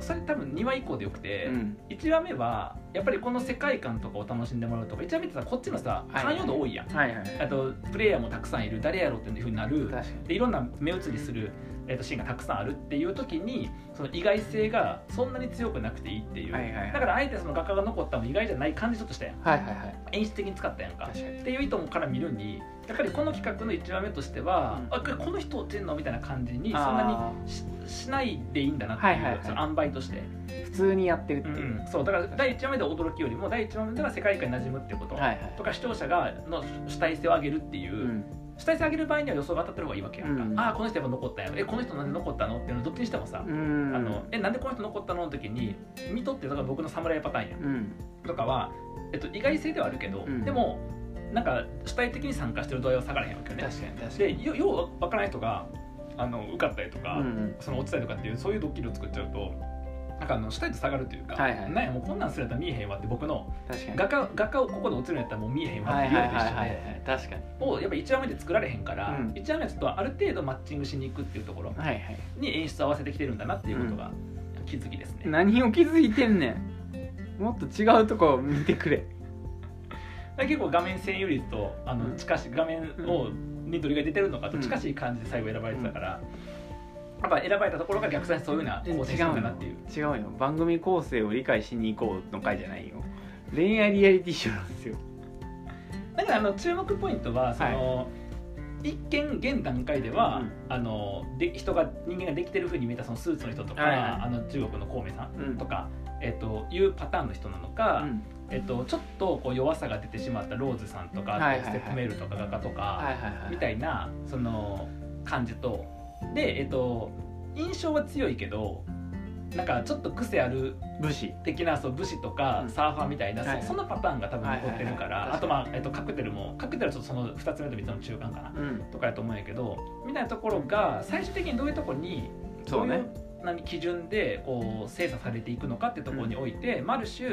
S1: それ多分2話以降でよくて。
S2: うん
S1: 1話目はやっぱりこの世界観とかを楽しんでもらうとか1話目ってさこっちのさ
S2: はい
S1: 寛容度多いやん、
S2: はいはい
S1: あとプレイヤーもたくさんいる誰やろっていうふうになる
S2: 確かに
S1: でいろんな目移りする、えっとシーンがたくさんあるっていう時にその意外性がそんなに強くなくていいっていう、
S2: はいはい
S1: だからあえてその画家が残ったのも意外じゃない感じちょっとしたやん
S2: はいはいはい
S1: 演出的に使ったやんか
S2: 確かに
S1: っていう意図もから見るにやっぱりこの企画の1話目としては、
S2: うん
S1: あこれこの人落ちんのみたいな感じにそんなにししないでいいんだなっていう、
S2: はいはいはい
S1: その塩梅として
S2: 普通にやってるって
S1: う
S2: い
S1: ん
S2: う、
S1: そうだから第1話目で驚きよりも第1話目では世界観に馴染むってこと、
S2: はいはい
S1: とか視聴者がの主体性を上げるっていう、
S2: うん
S1: 主体性上げる場合には予想が当たってる方がいいわけやんか、
S2: うん
S1: ああこの人やっぱ残ったんやえこの人なんで残ったのっていうのどっちにしてもさ、
S2: うん
S1: あのえなんでこの人残ったのの時に見とってだから僕の侍パターンやん
S2: うん
S1: とかは、えっと、意外性ではあるけど、
S2: うん
S1: でもなんか主体的に参加してる度合いは下がらへんわけよね
S2: 確かに確かに
S1: でよようわからない人があの受かったりとか、
S2: うん
S1: その落ちたりとかっていうそういうドッキリを作っちゃうとなんかあの主体と下がるというか、
S2: はいはい
S1: なんやもうこんなんするやったら見えへんわって僕の
S2: 確かに
S1: 画家画家をここで落ちるんやったらもう見えへんわっ
S2: は
S1: て
S2: い
S1: いう
S2: はい
S1: の
S2: はい
S1: と一緒で、
S2: はいはい確かに
S1: をやっぱ1話目で作られへんから、
S2: うん
S1: 1話目はちょっとある程度マッチングしに行くっていうところ
S2: はいはい
S1: に演出を合わせてきてるんだなっていうことが気づきですね、
S2: 何を気づいてんねんもっと違うとこ見てくれ
S1: だから結構画面占有率とあ
S2: う
S1: の
S2: ん
S1: 近しい画面をに取りが出てるのかと近しい感じで最後選ばれてたから、やっぱ選ばれたところが逆算してそういうような
S2: 違う
S1: 構成したんだなっていう
S2: 違うよ番組構成を理解しに行こうの回じゃないよ恋愛リアリティショーなんですよ
S1: だからあの注目ポイントはその、一見現段階では、
S2: うん
S1: あので人が人間ができてるふうに見えたそのスーツの人とか、
S2: はいはい
S1: あの中国の孔明さ
S2: うん
S1: んとか、えっというパターンの人なのか、
S2: うん
S1: えっと、ちょっとこう弱さが出てしまったローズさんとか、
S2: はいはいはい
S1: ステップメールとか画家とか、
S2: はいはいはい
S1: みたいなその感じとでえっと印象は強いけどなんかちょっと癖ある
S2: 武士
S1: 的なそう武士とか
S2: うん
S1: サーファーみたいな、
S2: はいはい
S1: そそのパターンが多分残ってるから、
S2: はいはいはい
S1: あとまあ、えっと、カクテルもカクテルはちょっとその2つ目と3つ目の中間かな
S2: うん
S1: とかやと思うんやけどみたいなところが最終的にどういうところに
S2: そうね
S1: どいう何基準でこう精査されていくのかってところにおいて、まあ、ある種、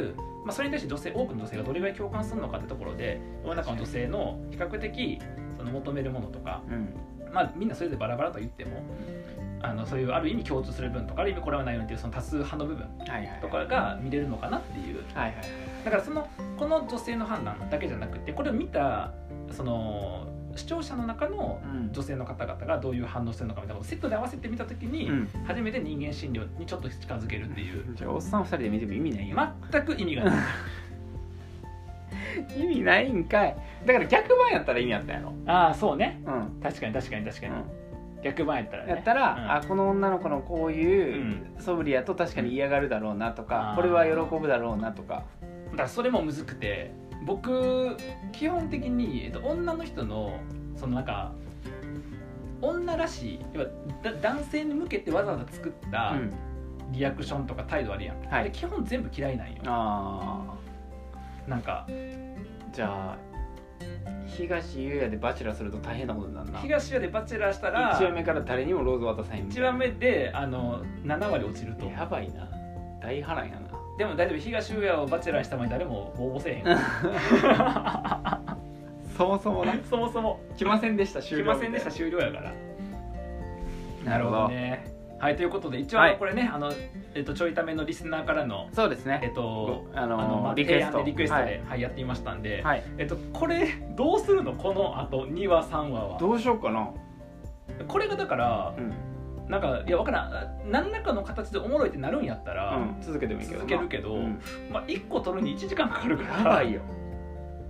S1: まあ、それに対して女性多くの女性がどれぐらい共感するのかってところで世の中の女性の比較的その求めるものとか
S2: うん
S1: まあ、みんなそれぞれバラバラと言ってもあのそういうある意味共通する部分とかある意味これはないよねっていうその多数派の部分
S2: はいはい
S1: とかが見れるのかなっていう
S2: はいはい
S1: だからそのこの女性の判断だけじゃなくてこれを見たその視聴者の中の
S2: うん
S1: 女性の方々がどういう反応してるのかみたいなことをセットで合わせてみた時に、
S2: うん
S1: 初めて人間診療にちょっと近づけるっていう
S2: じゃあおっさん二人で見ても意味ないよ、
S1: 全く意味がない
S2: 意味ないんかいだから逆版やったら意味あったやろ
S1: ああそうね
S2: うん、
S1: 確かに確かに確かに、
S2: う
S1: 逆版やったら
S2: ん、
S1: ね
S2: やったら、
S1: うん
S2: あこの女の子のこういう素振りやと確かに嫌がるだろうなとか、
S1: うん
S2: これは喜ぶだろうなとか
S1: だからそれもむずくて僕基本的に、えっと、女の人のそのなんか女らしい要はだ男性に向けてわざわざ作った
S2: うん
S1: リアクションとか態度あるやん、
S2: はい
S1: あれ基本全部嫌いなんよ
S2: ああ
S1: なんか
S2: じゃあ東優也でバチェラーすると大変なことになるな
S1: 東屋でバチェラーしたら
S2: 1話目から誰にもローズ渡さへん
S1: 1番目であの7割落ちると
S2: やばいな大波乱やな
S1: でも大丈夫東屋をバチェラーした前に誰も応募せえへ ん
S2: そもそ もな
S1: そもそも
S2: 来ませんでした
S1: 来
S2: 終了
S1: ませんでした終了やからなるほどねはいということで一応
S2: はい
S1: これね、あのえっとちょいためのリスナーからの
S2: そうです
S1: え
S2: ね
S1: っと
S2: あ
S1: あの、ま
S2: の
S1: あ、
S2: リクエス
S1: 提
S2: ト
S1: 案でリクエストで、
S2: は
S1: はい
S2: い
S1: やってみましたんで、
S2: はい
S1: えっと、これどうするのこのあと2話3話は
S2: どうしようかな
S1: これがだから
S2: うん
S1: なんかいやわからん何らかの形でおもろいってなるんやったら、
S2: うん、続けてもいいけど
S1: 続けるけど、
S2: うん
S1: まあ、1個取るに1時間かかるか
S2: や
S1: ら
S2: ばいよ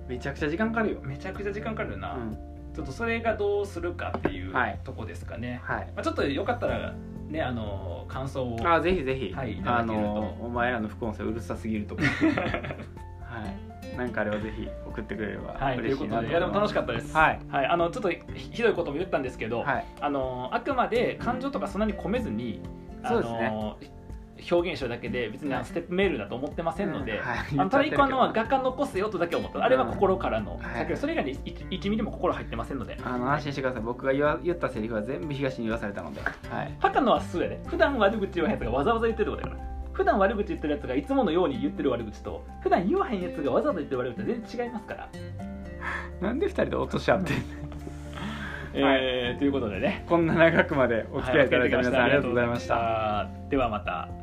S2: めちゃくちゃ時間かかるよ、
S1: めちゃくちゃ時間かかるよ
S2: う
S1: な、
S2: ん、
S1: ちょっとそれがどうするかっていう
S2: はい
S1: とこですかね、
S2: はい
S1: まあ、ちょっとよかったらねあの感想を
S2: あぜひぜひ、
S1: はいいた
S2: あ
S1: だけると
S2: のお前らの副音声うるさすぎると かはいなんかあれはぜひ送ってくれれば
S1: はい、とい
S2: 嬉
S1: う
S2: し
S1: こ
S2: いな
S1: と
S2: と
S1: で、い
S2: 思
S1: や
S2: い
S1: でも
S2: ま
S1: 楽
S2: す
S1: しかったです。
S2: はい、
S1: あのちょっとひひどいことも言ったんですけど、
S2: はい
S1: あのあくまで感情とかそんなに込めずに、あ
S2: そうですね
S1: の表現しただけで別にあのステップメールだと思ってませんので、
S2: はい
S1: あのただ一個あの
S2: 言っちゃってる
S1: 画家残すよとだけ思った。あれは心からの、
S2: はい
S1: だけどそれ以外に一一ミリも心入ってませんので
S2: け。どあの安心してください僕が言わ言ったセリフは全部東に言わされたのではい
S1: はかのは素やで、普段悪口言わへんやつがわざわざ言ってるってことだから。普段悪口言ってるやつがいつものように言ってる悪口と普段言わへんやつがわざわざ言ってる悪口は全然違いますから、
S2: なんで二人で落とし合ってんの
S1: えーということでね
S2: こんな長くまでお付き合いいただいた皆さん、
S1: は
S2: ありがとうございました。
S1: ありがとうございましたではまた